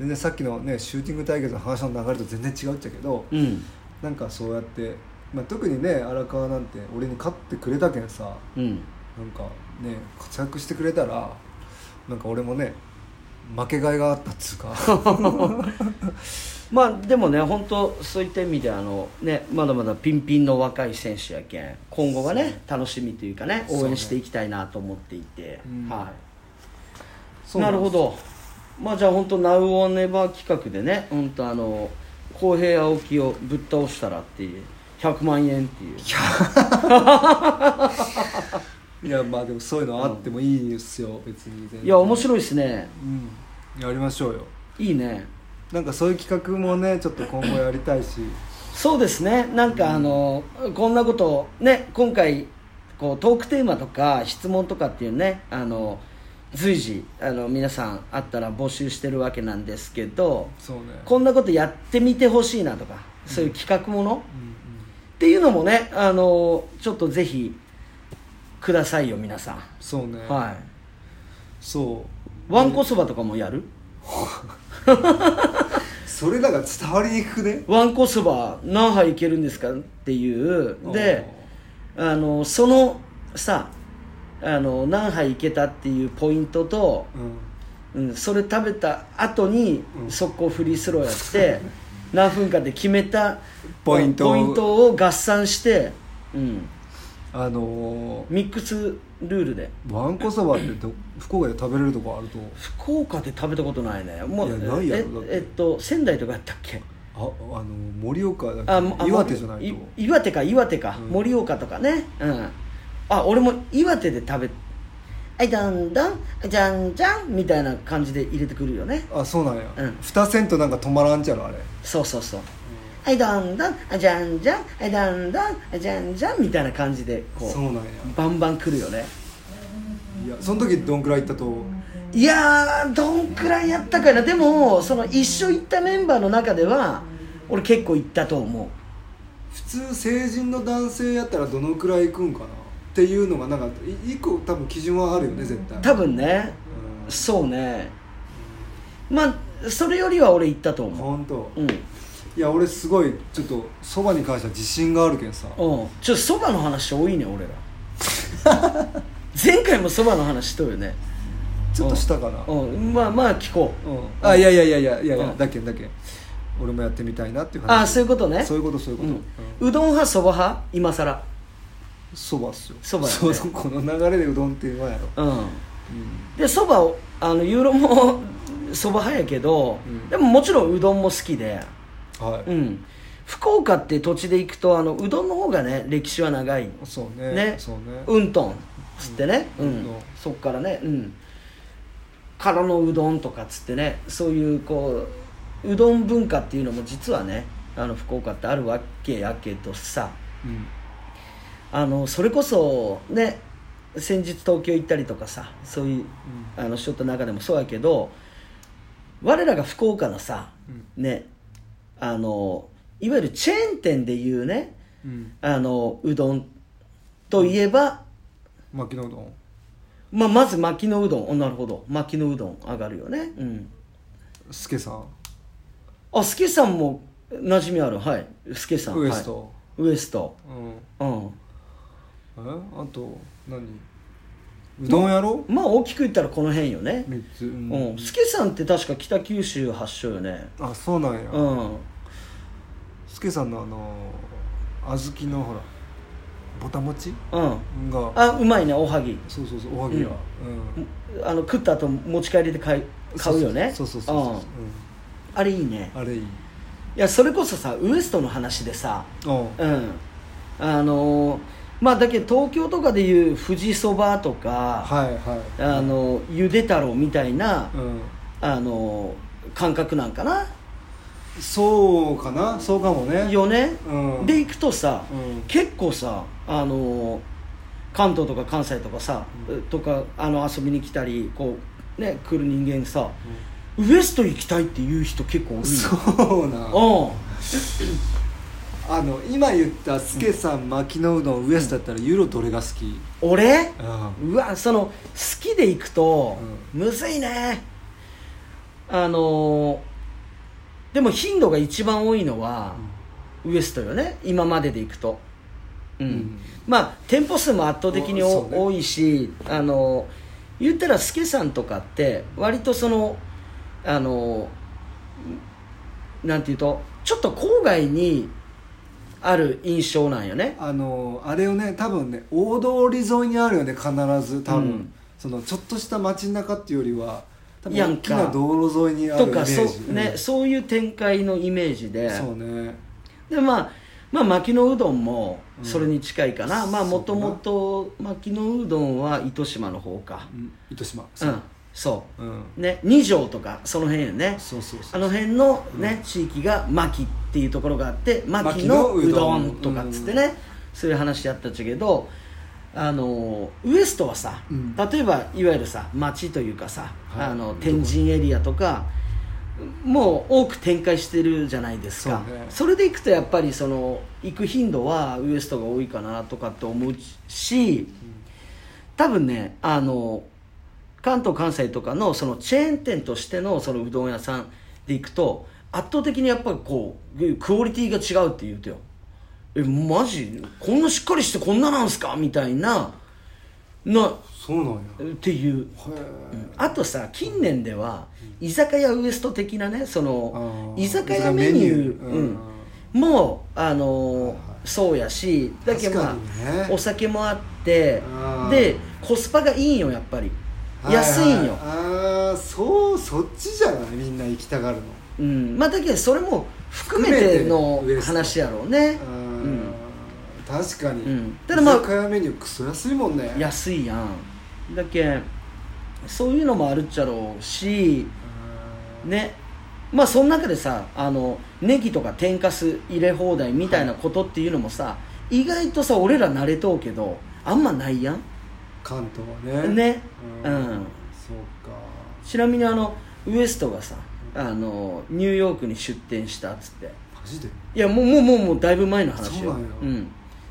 S2: 全然さっきのねシューティング対決の話の流れと全然違うっちゃけど、
S1: うん
S2: なんかそうやって、まあ、特にね荒川なんて俺に勝ってくれたけんさ
S1: うん
S2: なんかね活躍してくれたらなんか俺もね負けがいがあったっつうか
S1: まあでもね本当そういった意味であの、ね、まだまだピンピンの若い選手やけん今後がね楽しみというかね応援していきたいなと思っていて、
S2: うん
S1: は
S2: そ
S1: い、
S2: う
S1: なんる
S2: です
S1: ほど、まあ、じゃあ本当 Now or Never 企画でね本当あの公平青木をぶっ倒したらっていう100万円っていう
S2: いやまあでもそういうのあってもいいですよ、別に全然
S1: いや面白いですね
S2: うんやりましょうよ
S1: いいね
S2: なんかそういう企画もねちょっと今後やりたいし
S1: そうですねなんかあの、こんなことをね今回こうトークテーマとか質問とかっていうねあの随時あの皆さんあったら募集してるわけなんですけど
S2: そうね
S1: こんなことやってみてほしいなとかそういう企画もの、っていうのもねあのちょっとぜひくださいよ皆さん、
S2: そうね、
S1: はい
S2: そう
S1: わんこそばとかもやる
S2: それらが伝わりにくくね
S1: わんこそば何杯いけるんですかっていうであのそのさあの何杯いけたっていうポイントと、
S2: うん
S1: うん、それ食べた後に
S2: うん
S1: 速攻フリースローやって、何分かで決めた
S2: ポイントを
S1: ポイントを合算して、うん、
S2: あの
S1: ミックスルールで
S2: ー、わんこそばってど福岡で食べれるとこあると
S1: 福岡で食べたことないねもう
S2: いやないやろだっ
S1: え
S2: て
S1: えっと仙台とかやったっけ
S2: ああの盛岡だっけ
S1: あもあ
S2: 岩手じゃないと
S1: い岩手か岩手か
S2: うん
S1: 盛、岡とかねうんあ俺も岩手で食べはいだんだんじゃんじゃんみたいな感じで入れてくるよね
S2: あそうなんや、
S1: うん
S2: 二銭となんか止まらんちゃろあれ
S1: そうそうそうはいだんだんじゃんじゃんはいだんだんじゃんじゃんみたいな感じでこ
S2: そう
S1: う
S2: なんや
S1: バンバン来るよね
S2: いやその時どんくらい行ったと
S1: いやーどんくらいやったかなでもその一緒行ったメンバーの中では俺結構行ったと思う
S2: 普通成人の男性やったらどのくらい行くんかなっていうのがなんかい一個多分基準はあるよね絶対
S1: 多分ね
S2: うん
S1: そうねまあそれよりは俺行ったと思
S2: 本当
S1: ううん
S2: いや俺すごいちょっとそばに関しては自信があるけんさ
S1: うんちょっとそばの話多いね俺ら 前回もそばの話しとるよね
S2: ちょっとしたかな
S1: うんまあまあ聞こう
S2: うんあいやいやいやいやいやいや
S1: うん
S2: だけんだけん俺もやってみたいなっていう話
S1: ああそういうことね
S2: そういうことそういうこと、う
S1: う
S2: ん
S1: んうどん派そば派今さら
S2: そばっすよ
S1: そばやね
S2: そうそうこの流れでうどんっていうのはやろ、
S1: うん
S2: うん、
S1: でそばをあのユーロもそば派やけど、
S2: うん
S1: でももちろんうどんも好きで
S2: はい、
S1: うん福岡って土地で行くとあのうどんの方がね歴史は長い
S2: そうね
S1: ね
S2: そうね、
S1: うんとんっつってね、うん
S2: うんとん
S1: そっからねうんからのうどんとかっつってねそういうこううどん文化っていうのも実はねあの福岡ってあるわけやけどさ
S2: うん
S1: あのそれこそね先日東京行ったりとかさそういうあのしょった中でもそうやけど我らが福岡のさ
S2: うん
S1: ねあのいわゆるチェーン店でいうね
S2: うんうん
S1: あのうどんといえば、
S2: 牧野うどん
S1: まあ、まず薪のうどんおなるほど薪のうどん上がるよねうん
S2: すけさん
S1: あすけさんも馴染みあるはいすけさん
S2: ウエス、ト、
S1: はいウエスト
S2: うん
S1: うん
S2: えあと何うどんやろ
S1: まあ大きく言ったらこの辺よね
S2: 三つ、う
S1: うんすけ、さんって確か北九州発祥よね
S2: あそうなんや、
S1: うん
S2: すけさんのあのー小豆のほらぼたもち
S1: うん
S2: が
S1: あうまいねおはぎ
S2: そうそうそうおはぎが、うん
S1: あの食った後持ち帰りで買い買うよね
S2: そうそうそうそうそう、
S1: んあれいいね
S2: うん、あれいい
S1: いやそれこそさウエストの話でさ
S2: うん
S1: うんあのーまあだけど東京とかでいう富士そばとか、
S2: はいはい
S1: あのゆで太郎みたいな、
S2: うん
S1: あのー感覚なんかな
S2: そうかなそうかもね
S1: よね、
S2: うん
S1: で行くとさ、
S2: うん
S1: 結構さあのー関東とか関西とかさ、とかあの遊びに来たりこうね来る人間さ、ウエスト行きたいっていう人結構多いの
S2: そうな
S1: うん
S2: あの今言ったスケさん牧野うどんウエストだったらユーロどれが好き
S1: 俺
S2: あ
S1: うわその好きで行くと、むずいねあのーでも頻度が一番多いのは、ウエストよね今までで行くとうん、
S2: うん
S1: まあ店舗数も圧倒的にお
S2: そうね
S1: 多いしあの言ったら助さんとかって割とそのあのなんていうとちょっと郊外にある印象なんよね
S2: あのあれをね多分ね大通り沿いにあるよね必ず多分、
S1: うん
S2: そのちょっとした街中っていうよりは多分
S1: やん
S2: 大
S1: か
S2: きな道路沿いにある
S1: と
S2: イメー
S1: か
S2: ジ
S1: そう,、ね
S2: ん
S1: そういう展開のイメージで
S2: そうね
S1: でまあまあ牧野うどんもそれに近いかな、
S2: うん
S1: まあ
S2: そ
S1: も
S2: うか
S1: と
S2: な
S1: もと牧野うどんは糸島の方か
S2: うん糸島、
S1: うん、そう
S2: うん、
S1: ね、二条とかその辺よね
S2: そうそうそ
S1: あ
S2: う
S1: の辺のね、地域が牧っていうところがあって牧
S2: 牧
S1: の
S2: の
S1: う
S2: う
S1: ど
S2: どん
S1: んとかっつってね、そういう話やったっちゃけどあのウエストはさ、
S2: うん
S1: 例えばいわゆるさ町というかさ、
S2: はい
S1: あの天神エリアとかもう多く展開してるじゃないですか
S2: そうね
S1: それで行くとやっぱりその行く頻度はウエストが多いかなとかって思うし多分ねあの関東関西とかのそのチェーン店としてのそのうどん屋さんで行くと圧倒的にやっぱりこうクオリティが違うって言うとよえマジこんなしっかりしてこんななんすかみたいななっ
S2: そうなんや
S1: ていう
S2: へえ
S1: あとさ近年では居酒屋ウエスト的なねその
S2: あー
S1: 居酒屋メニュー、
S2: うん
S1: うん、もうあのーそうやしだけど、まあ
S2: 確かにね
S1: お酒もあって
S2: あー
S1: でコスパがいいんよやっぱり安いんよ、
S2: ははああそうそっちじゃないみんな行きたがるの
S1: うん、まあだけどそれも含めての
S2: 含めてウエスト
S1: 話やろうね
S2: あー、確かに、
S1: うんただまあ
S2: 居酒屋メニュークソ安いもんね
S1: 安いやんだけんそういうのもあるっちゃろうし
S2: あ
S1: ねまあその中でさあのネギとか天かす入れ放題みたいなことっていうのもさ、意外とさ俺ら慣れとうけどあんまないやん
S2: ー関東はね
S1: ね
S2: う
S1: うんん
S2: そうか
S1: ちなみにあのウエストがさあのニューヨークに出店したっつって
S2: マジで
S1: いやもうもうもうもうだいぶ前の話よ
S2: そうなんや
S1: ん、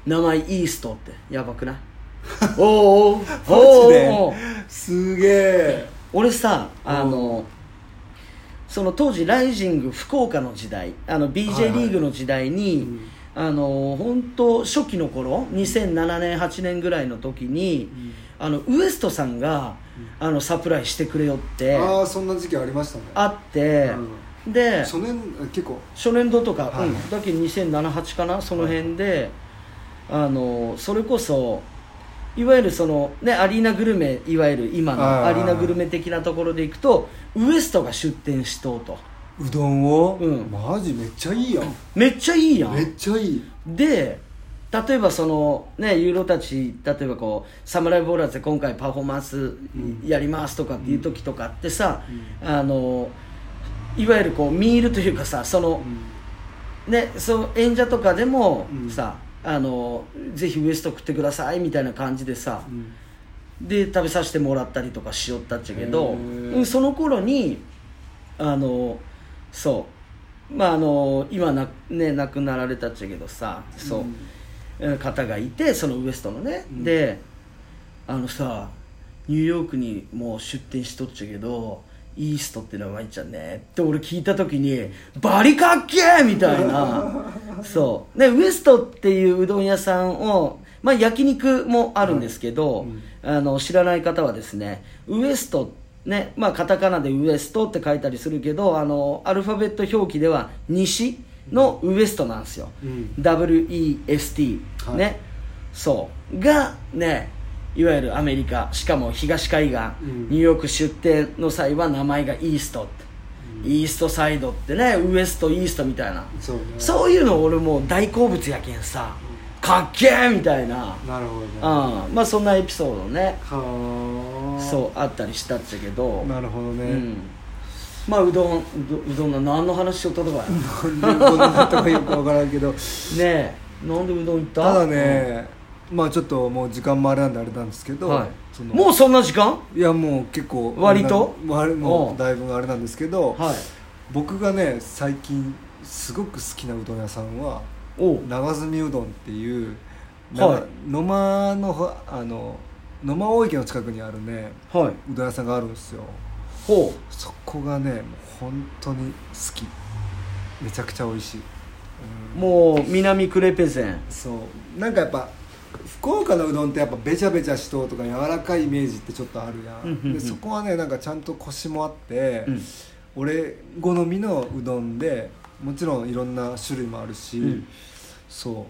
S1: 名前イーストってやばく ないおうおうおうおう
S2: マジですすげえ
S1: 俺さあのその当時ライジング福岡の時代あの BJ リ
S2: はいはい
S1: ーグの時代に、
S2: うん
S1: あの本当初期の頃2007年8年ぐらいの時に、
S2: ん
S1: あのウエストさんが、あのサプライしてくれよって
S2: ああそんな時期ありましたね
S1: あって、で
S2: 初年結構
S1: 初年度とか、
S2: はい
S1: うん、だけ2078かなその辺で、あのそれこそいわゆるそのねアリーナグルメいわゆる今の
S2: あー
S1: アリーナグルメ的なところでいくとウエストが出店しとうと
S2: うどんを、
S1: うん
S2: マジめっちゃいいやん
S1: めっちゃいいや
S2: めっ
S1: ん
S2: ちゃいい
S1: で例えばそのねユーロたち例えばこう「サムライボーラーズ」で今回パフォーマンスやりますとかっていう時とかってさ、あのいわゆるこうミールというかさその、ね、そう演者とかでも
S2: うん
S1: さ、あのぜひウエスト食ってくださいみたいな感じでさ
S2: う、ん
S1: で食べさせてもらったりとかしよったっちゃけど、
S2: へー
S1: うんその頃にあのそうまああの今な、ね、亡くなられたっちゃけどさそう、うん方がいてそのウエストのね、
S2: うん
S1: であのさニューヨークにもう出店しとっちゃけどイーストって名前じゃねって俺聞いた時にバリかっけーみたい なそうねウエストっていううどん屋さんをまあ焼肉もあるんですけど、
S2: うん
S1: あの知らない方はですねウエストねまあカタカナでウエストって書いたりするけどあのアルファベット表記では西のウエストなんですよ、
S2: うん
S1: WEST、
S2: はい
S1: ねそうがねいわゆるアメリカしかも東海岸、
S2: う
S1: ニ
S2: ん
S1: ューヨーク出店の際は名前がイーストって、イーストサイドってねウエストイーストみたいな
S2: そうね
S1: そういうの俺もう大好物やけんさかっけえみたいな、
S2: なるほどね
S1: うん、まあそんなエピソードね
S2: はあ
S1: そうあったりしたっちゃけど
S2: なるほどね、
S1: うん、まあうどんうどうどんの何の話をとったかやね
S2: なんでこんなとこよくわからんけど
S1: えなんでうどん行った
S2: ただ、ね、まあちょっともう時間もあれなんであれなんですけ
S1: うん
S2: ど、
S1: はい、
S2: その
S1: もうそんな時間
S2: いやもう結構
S1: 割と
S2: 割も
S1: おう
S2: うだいぶあれなんですけど、
S1: はい
S2: 僕がね最近すごく好きなうどん屋さんは
S1: おう
S2: 長住うどんっていう、
S1: はい
S2: い、野間のほあの野間大池の近くにあるね
S1: はいう
S2: どん屋さんがあるんですよ
S1: ほう
S2: そこがねもう本当に好きめちゃくちゃ美味しい、うん
S1: もう南クレペゼン
S2: そうなんかやっぱ福岡のうどんってやっぱべちゃべちゃしとうとか柔らかいイメージってちょっとあるや
S1: うんうんうん
S2: んでそこはねなんかちゃんとコシもあって、
S1: うん
S2: 俺好みのうどんでもちろんいろんな種類もあるし、
S1: うん
S2: そ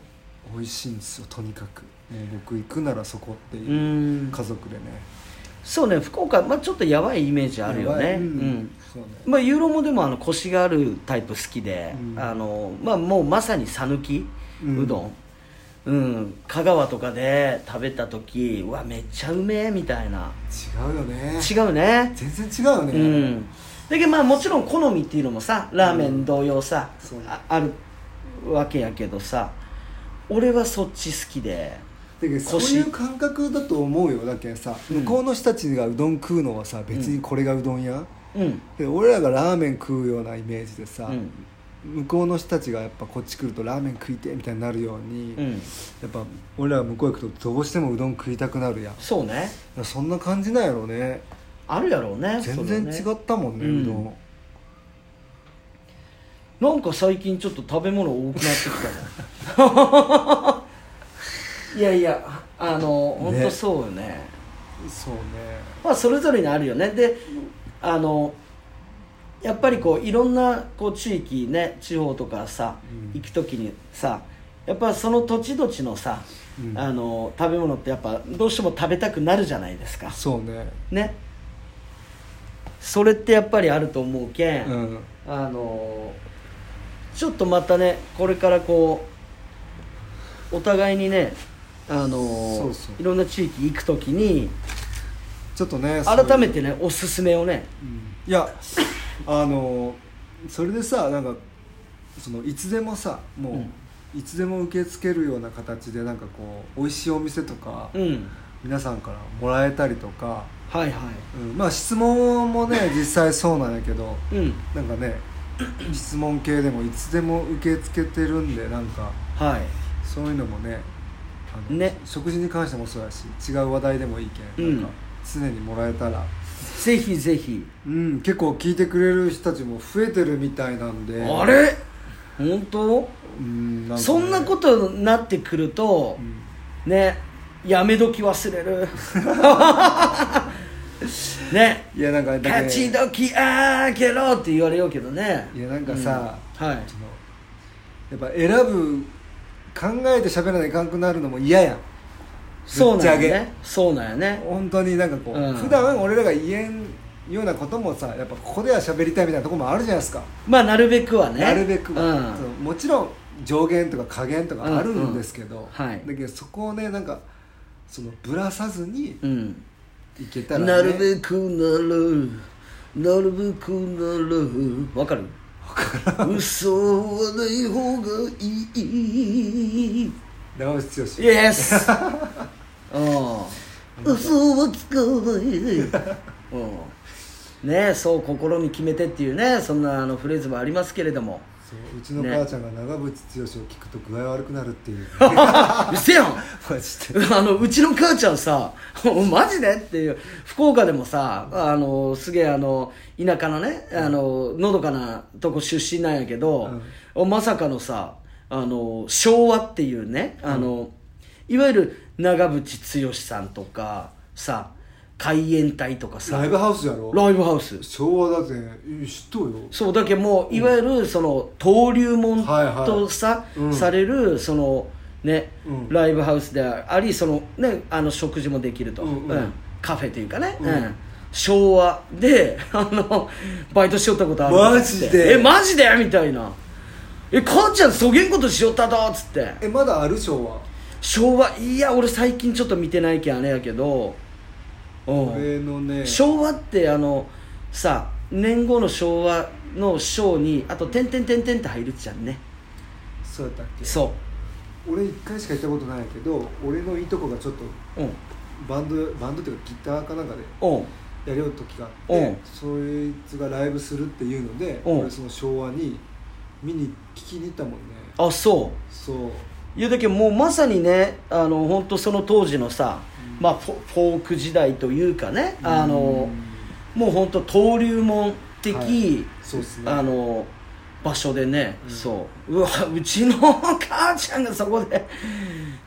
S2: う美味しいんですよとにかくもう僕行くならそこって
S1: う
S2: いう、
S1: ーん
S2: 家族でね
S1: そうね福岡、まあ、ちょっとやばいイメージあるよ
S2: やば
S1: ね
S2: い
S1: うん、
S2: うんそうね
S1: まあ、ユーロもでもあのコシがあるタイプ好きで、
S2: うん
S1: あのまあ、もうまさに讃岐
S2: うん
S1: うどん、うん、香川とかで食べた時うわめっちゃうめえみたいな
S2: 違うよね
S1: 違うね
S2: 全然違うよね、
S1: うんだけどまあもちろん好みっていうのもさラーメン同様さ、
S2: そう
S1: ああるわけやけどさ俺はそっち好きで
S2: だけどそういう感覚だと思うよだけどさ、
S1: うん
S2: 向こうの人たちがうどん食うのはさ別にこれがうどん屋、
S1: うん
S2: で俺らがラーメン食うようなイメージで
S1: う
S2: さ、
S1: ん
S2: 向こうの人たちがやっぱこっち来るとラーメン食いてみたいになるように、
S1: う
S2: や
S1: ん
S2: っぱ俺らが向こう行くとどうしてもうどん食いたくなるやん
S1: そうね
S2: そんな感じなんやろね
S1: あるやろうね
S2: 全然
S1: それは
S2: 違
S1: ね
S2: ったもんね
S1: うん
S2: うどん
S1: なんか最近ちょっと食べ物多くなってき たねいやいやあの本当そうよね
S2: そうね
S1: まあそれぞれにあるよねであのやっぱりこういろんなこう地域ね地方とかさ、
S2: うん
S1: 行く時にさやっぱその土地土地のさ、
S2: うん
S1: あの食べ物ってやっぱどうしても食べたくなるじゃないですか
S2: そうね
S1: ねそれってやっぱりあると思うけん、
S2: うん
S1: あのちょっとまたねこれからこうお互いにねあの
S2: そうそう
S1: いろんな地域行く時に
S2: ちょっとねそういう
S1: 改めてねおすすめをね
S2: いやあのそれでさなんかそのいつでもさもう、
S1: うん
S2: いつでも受け付けるような形でなんかこう美味しいお店とか、
S1: うん
S2: 皆さんからもらえたりとか、
S1: はいはい
S2: うん、まあ質問もね実際そうなんやけど
S1: うん
S2: なんかね質問系でもいつでも受け付けてるんでなんか
S1: はい
S2: そういうのもねあの
S1: ね
S2: 食事に関してもそうやし違う話題でもいいけん、
S1: うん
S2: なんか常にもらえたら
S1: ぜひぜひ
S2: うん、結構聞いてくれる人たちも増えてるみたいなんで
S1: あれ本当
S2: うんなんかね
S1: そんなことになってくると
S2: うん
S1: ねやめ時忘れ るね
S2: いやなんかだ
S1: 勝
S2: け
S1: ち時あーけろって言われようけどね
S2: いやなんかさ、
S1: うんはい
S2: そのやっぱ選ぶ考えて喋らないかんくなるのも嫌やん
S1: そうなん
S2: ぶっ
S1: や
S2: ちゃ
S1: ねそうなんやね
S2: 本当になんかこう、
S1: うん
S2: 普段俺らが言えんようなこともさやっぱここでは喋りたいみたいなとこもあるじゃないですか、
S1: まあなるべくはね
S2: なるべくは、
S1: うん
S2: そのもちろん上限とか下限とかあるんですけど、
S1: うんうんはい
S2: だけどそこをねなんかそのぶらさずに
S1: うん
S2: いけたら、ね、
S1: なるべくならなるべくならわ かる嘘はない方がいい
S2: 長渕剛
S1: イエス うん嘘はつかないで うんねえそう心に決めてっていうねそんなあのフレーズもありますけれど も
S2: そううちの母ちゃんが長渕剛を聞くと具合悪くなるっていう、
S1: うっせやん
S2: マジで
S1: あのうちの母ちゃんさ 「マジで?」っていう福岡でもさあのすげえあの田舎のねあののどかなとこ出身なんやけど、まさかのさあの昭和っていうねあの、いわゆる長渕剛さんとかさ海援隊とかさ
S2: ライブハウスやろ
S1: ライブハウス
S2: 昭和だぜうん知っとうよ
S1: そうだけどもういわゆるその登竜門
S2: はいはい
S1: とさ、
S2: うん
S1: されるそのね
S2: うん
S1: ライブハウスでありその、ね、あの食事もできると、
S2: うんうん
S1: カフェというかね、
S2: うん
S1: うん昭和で あのバイトしよったことある
S2: マジで
S1: えマジでみたいな「え母ちゃんそげんことしよっただ」っつって
S2: えまだある昭和
S1: 昭和いや俺最近ちょっと見てないけんあれやけどうん
S2: 俺のね
S1: 昭和ってあのさ年後の昭和の章にあと「てんてんてんてん」って入るじゃんね
S2: そうだったっ
S1: そ
S2: け俺一回しか行ったことないけど俺のいとこがちょっと
S1: ううん
S2: バンドバンドっていうかギターかなんかで
S1: うん
S2: やりよう時があっ
S1: う
S2: て
S1: ん
S2: そいつがライブするっていうので
S1: うん
S2: 俺その昭和に見に聞きに行ったもんね
S1: あそう
S2: そう
S1: いうだけもうまさにねあの本当その当時のさ、
S2: うん
S1: まあ、フォフォーク時代というかねあの
S2: うん
S1: もう本当登竜門的、
S2: はいそうっすね
S1: あの場所でね、
S2: うん
S1: そううわうちの母ちゃんがそこで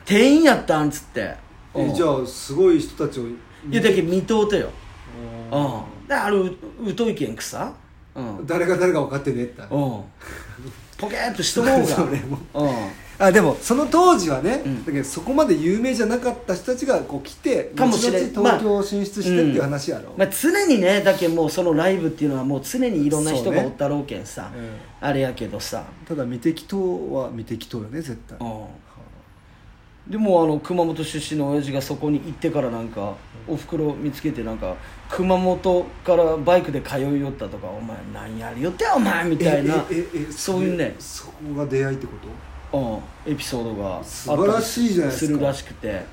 S1: 店員やったんっつってうん
S2: えじゃあすごい人たちを
S1: いやだけ見とうてよ
S2: うん
S1: うんであれう疎いけんくさうんうん
S2: 誰が誰が分かってねって
S1: ポケーっとしとこう
S2: それも
S1: がうん
S2: あでもその当時はね、
S1: うん
S2: だけどそこまで有名じゃなかった人たちがこう来て
S1: かもしれん
S2: 後々東京進出してっていう
S1: まあ
S2: 話やろ、
S1: まあ、常にねだけもうそのライブっていうのはもう常にいろんな人
S2: そう
S1: が
S2: ね
S1: おったろうけんさ、
S2: え
S1: あれやけどさ、
S2: えただ未適当は未適当よね絶対、
S1: う
S2: は
S1: ん、でもあの熊本出身の親父がそこに行ってからなんかおふくろ見つけてなんか熊本からバイクで通いよったとか「お前何やりよってお前」み
S2: あ
S1: たいな
S2: ええええ
S1: そういうね
S2: それそこが出会いってこと
S1: うん、エピソードがあったり
S2: 素晴らしいじゃないですか
S1: るらしくて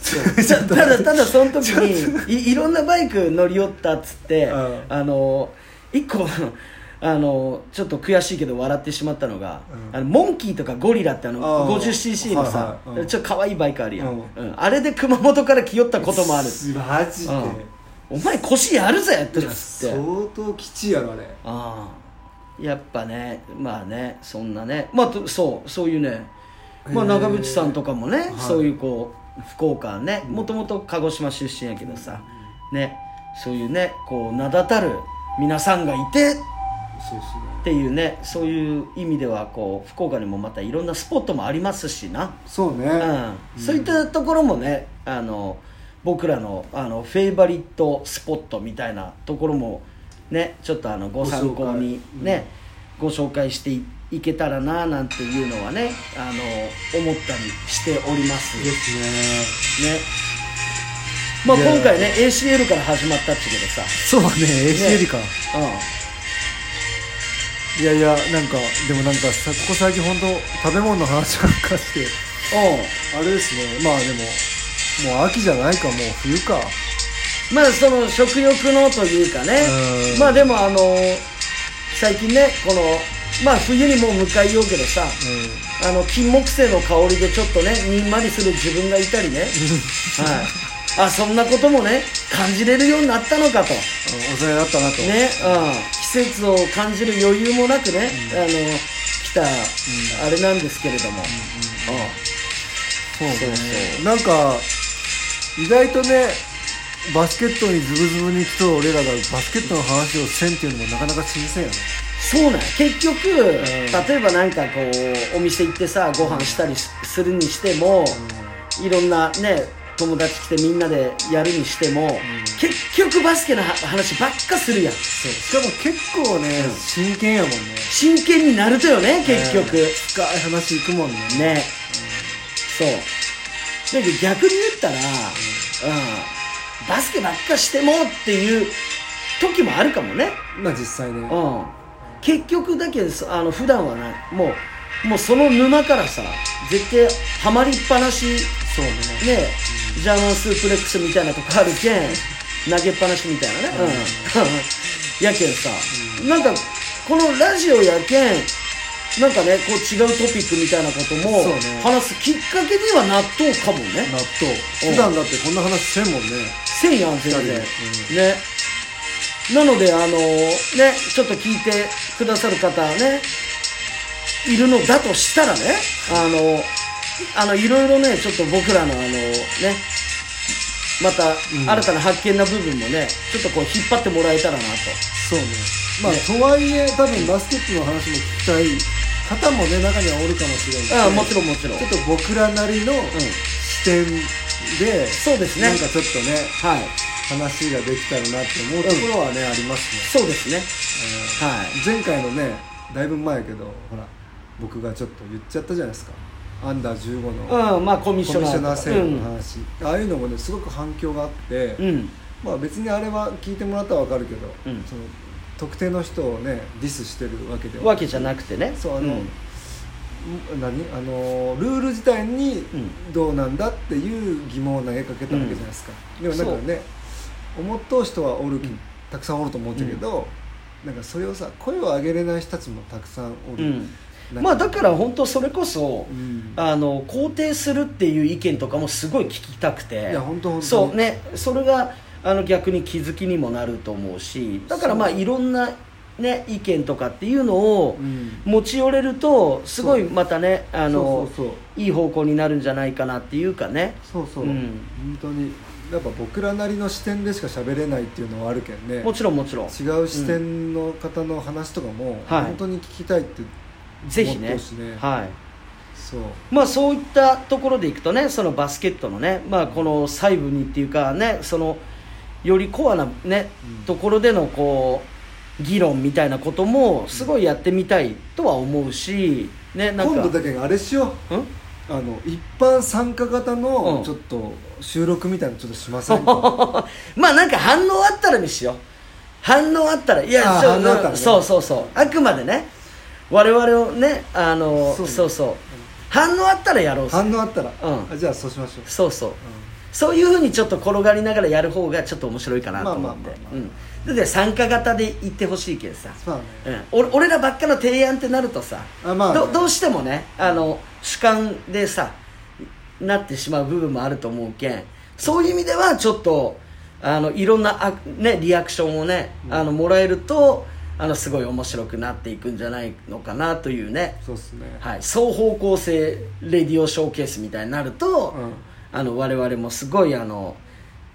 S1: そうただただその時にいいろんなバイク乗り寄ったっつって、
S2: うん
S1: あの一個 あのちょっと悔しいけど笑ってしまったのが、
S2: うん
S1: あのモンキーとかゴリラってあの
S2: あー
S1: 50cc のさ、
S2: はいはいうん
S1: ちょっと可愛いバイクあるやん、
S2: うん
S1: うんあれで熊本から来よったこともある
S2: すマジで、
S1: うんお前腰やるぜって
S2: い
S1: っ
S2: や
S1: つっ
S2: 相
S1: て
S2: 当基地やろあれ
S1: ああやっぱねまあねそんなねまあとそうそういうね、まあ、
S2: へえ
S1: 長渕さんとかもね、
S2: い
S1: そういうこう福岡ねもともと鹿児島出身やけどさ、ねそういうねこう名だたる皆さんがいて
S2: そうっすね
S1: っていうねそういう意味ではこう福岡にもまたいろんなスポットもありますしな、
S2: そうね、
S1: うん、そういったところもねあの僕らのあのフェイバリットスポットみたいなところもねちょっとあのご参考にねご紹介していいけたらななんていうのはねあの思ったりしております
S2: いい
S1: ね
S2: で、すね
S1: まあ、
S2: いや
S1: 今回ね ACL から始まったっちゅうけどさ、
S2: そうね ACL か、
S1: う
S2: いやいやなんかでもなんかさここ最近本当食べ物の話ばっかして
S1: んうん、
S2: あれですねまあでももう秋じゃないかもう冬か
S1: まあその食欲のというかね
S2: うん
S1: まあでもあの最近ねこのまあ冬にもう迎えようけどさ
S2: う
S1: あの金木犀の香りでちょっとねにんまりする自分がいたりね、はい、あそんなこともね感じれるようになったのかと
S2: んお世話になったなと、
S1: ね、うん、季節を感じる余裕もなくね、あの来た、あれなんですけれども、うん
S2: そうね
S1: そうそ
S2: なんか意外とねバスケットにズブズブに来とる俺らがバスケットの話をせんっていうのもなかなか新鮮やね
S1: そうなんや結局、
S2: ん
S1: 例えばなんかこうお店行ってさご飯したりしするにしても、いろんなね友達来てみんなでやるにしても、結局バスケのは話ばっかするやん
S2: そうしかも結構ね、真剣やもんね
S1: 真剣になるとよね結局、
S2: うん深い話いくもんね
S1: ね、そうだけど逆に言ったら、うんバスケばっかしてもっていう時もあるかもね、
S2: まあ実際ね
S1: うん、結局だけどそあの普段はないもうもうその沼からさ絶対ハマりっぱなし
S2: そうね
S1: ねジャーマンスープレックスみたいなとこあるけん投げっぱなしみたいなね、うん やけんさ、なんかこのラジオやけんなんかねこう違うトピックみたいなことも
S2: そうね
S1: 話すきっかけにはなっとうかもね
S2: 納豆普段だってこんな話せんもんね
S1: せんやん全然、
S2: う
S1: ねなのであのねちょっと聞いてくださる方ねいるのだとしたらねあのあのいろいろねちょっと僕らのあのねまた
S2: ん
S1: 新たな発見な部分もね、ちょっとこう引っ張ってもらえたらなと
S2: そうねまあ、
S1: ね
S2: とはいえ多分バスケットの話も聞きたい方もね中にはおるかもしれない
S1: あもちろんもちろん
S2: ちょっと僕らなりの視点で、
S1: そうですね
S2: なんかちょっとね
S1: はい
S2: 話ができたらなって思うところはね、ありますね、
S1: そうですねはい
S2: うん前回のねだいぶ前やけどほら僕がちょっと言っちゃったじゃないですかアンダー15のコ
S1: うんまあコミ
S2: ミ
S1: ッ
S2: ッ
S1: シ
S2: シ
S1: ョ
S2: ョ
S1: ナーとか
S2: ナー制度の話、ああいうのもねすごく反響があって、
S1: うん、うん
S2: まあ別にあれは聞いてもらったらわかるけど、
S1: うん
S2: その特定の人をねディスしてるわけでは
S1: わけじゃなくてね
S2: そうあの、
S1: ん
S2: ん何あのルール自体に
S1: ん
S2: どうなんだっていう疑問を投げかけたわけじゃないですか、でもなんかね思っとう人はおる
S1: う
S2: き、
S1: ん
S2: たくさんおると思うんだけど、なんかそれをさ声を上げれない人たちもたくさんおる、
S1: う、
S2: なん
S1: まあだから本当それこそ、
S2: うん
S1: あの肯定するっていう意見とかもすごい聞きたくて
S2: いや本当本当
S1: そうねそれがあの逆に気づきにもなると思うしだからまあいろんな、ね、意見とかっていうのを
S2: うん
S1: 持ち寄れるとすごいまたねあの
S2: そうそう
S1: いい方向になるんじゃないかなっていうかね
S2: そうそう、
S1: うん
S2: 本当にやっぱ僕らなりの視点でしか喋れないっていうのはあるけんね
S1: もちろんもちろん
S2: 違う視点の方の話とかも、
S1: はい
S2: 本当に聞きたいって
S1: ぜひ
S2: 思
S1: ね
S2: っとうしね
S1: はい
S2: そう
S1: まあ、そういったところでいくとねそのバスケットのね、まあ、この細部にっていうかねそのよりコアな、ね
S2: うん
S1: ところでのこう議論みたいなこともすごいやってみたいとは思うし、ね、なんか
S2: 今度だけあれしよ
S1: うん
S2: うあの一般参加型
S1: う
S2: の
S1: ん
S2: ちょっと収録みたいなのちょっとしません か、
S1: まあなんか反応あったらにしよう反応あったらいや
S2: あー
S1: そう
S2: 反応あったらね
S1: そうそうそうあくまでね我々をねあのそ
S2: そう
S1: う
S2: ね
S1: そう反応あったらやろう
S2: 反応あったら、
S1: うん
S2: あじゃあそうしましょう、
S1: そうそう
S2: う
S1: そういうふうにちょっと転がりながらやる方がちょっと面白いかなと思って
S2: まあまあまあ
S1: う
S2: ま
S1: んだって参加型で行ってほしいけどさ、
S2: ん、まあね
S1: うん、俺俺らばっかの提案ってなるとさ
S2: あまあね
S1: どどうしてもねあの主観でさなってしまう部分もあると思うけんそういう意味ではちょっとあのいろんなあ、ね、リアクションをね、あのもらえるとあのすごい面白くなっていくんじゃないのかなというね
S2: そうっすね、
S1: はい、双方向性レディオショーケースみたいになると、
S2: うん
S1: あの我々もすごいあの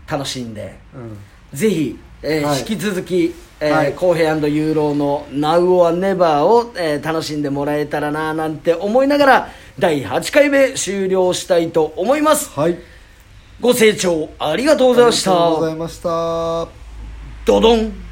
S1: 楽しんで
S2: うん
S1: ぜひ、えー
S2: はい
S1: 引き続き「えー
S2: はい
S1: 公平ユーローの Now or Never を」えー楽しんでもらえたらななんて思いながら第8回目終了したいと思います
S2: はいあり
S1: ご清聴ありがとうございました
S2: がとうございました
S1: ドドン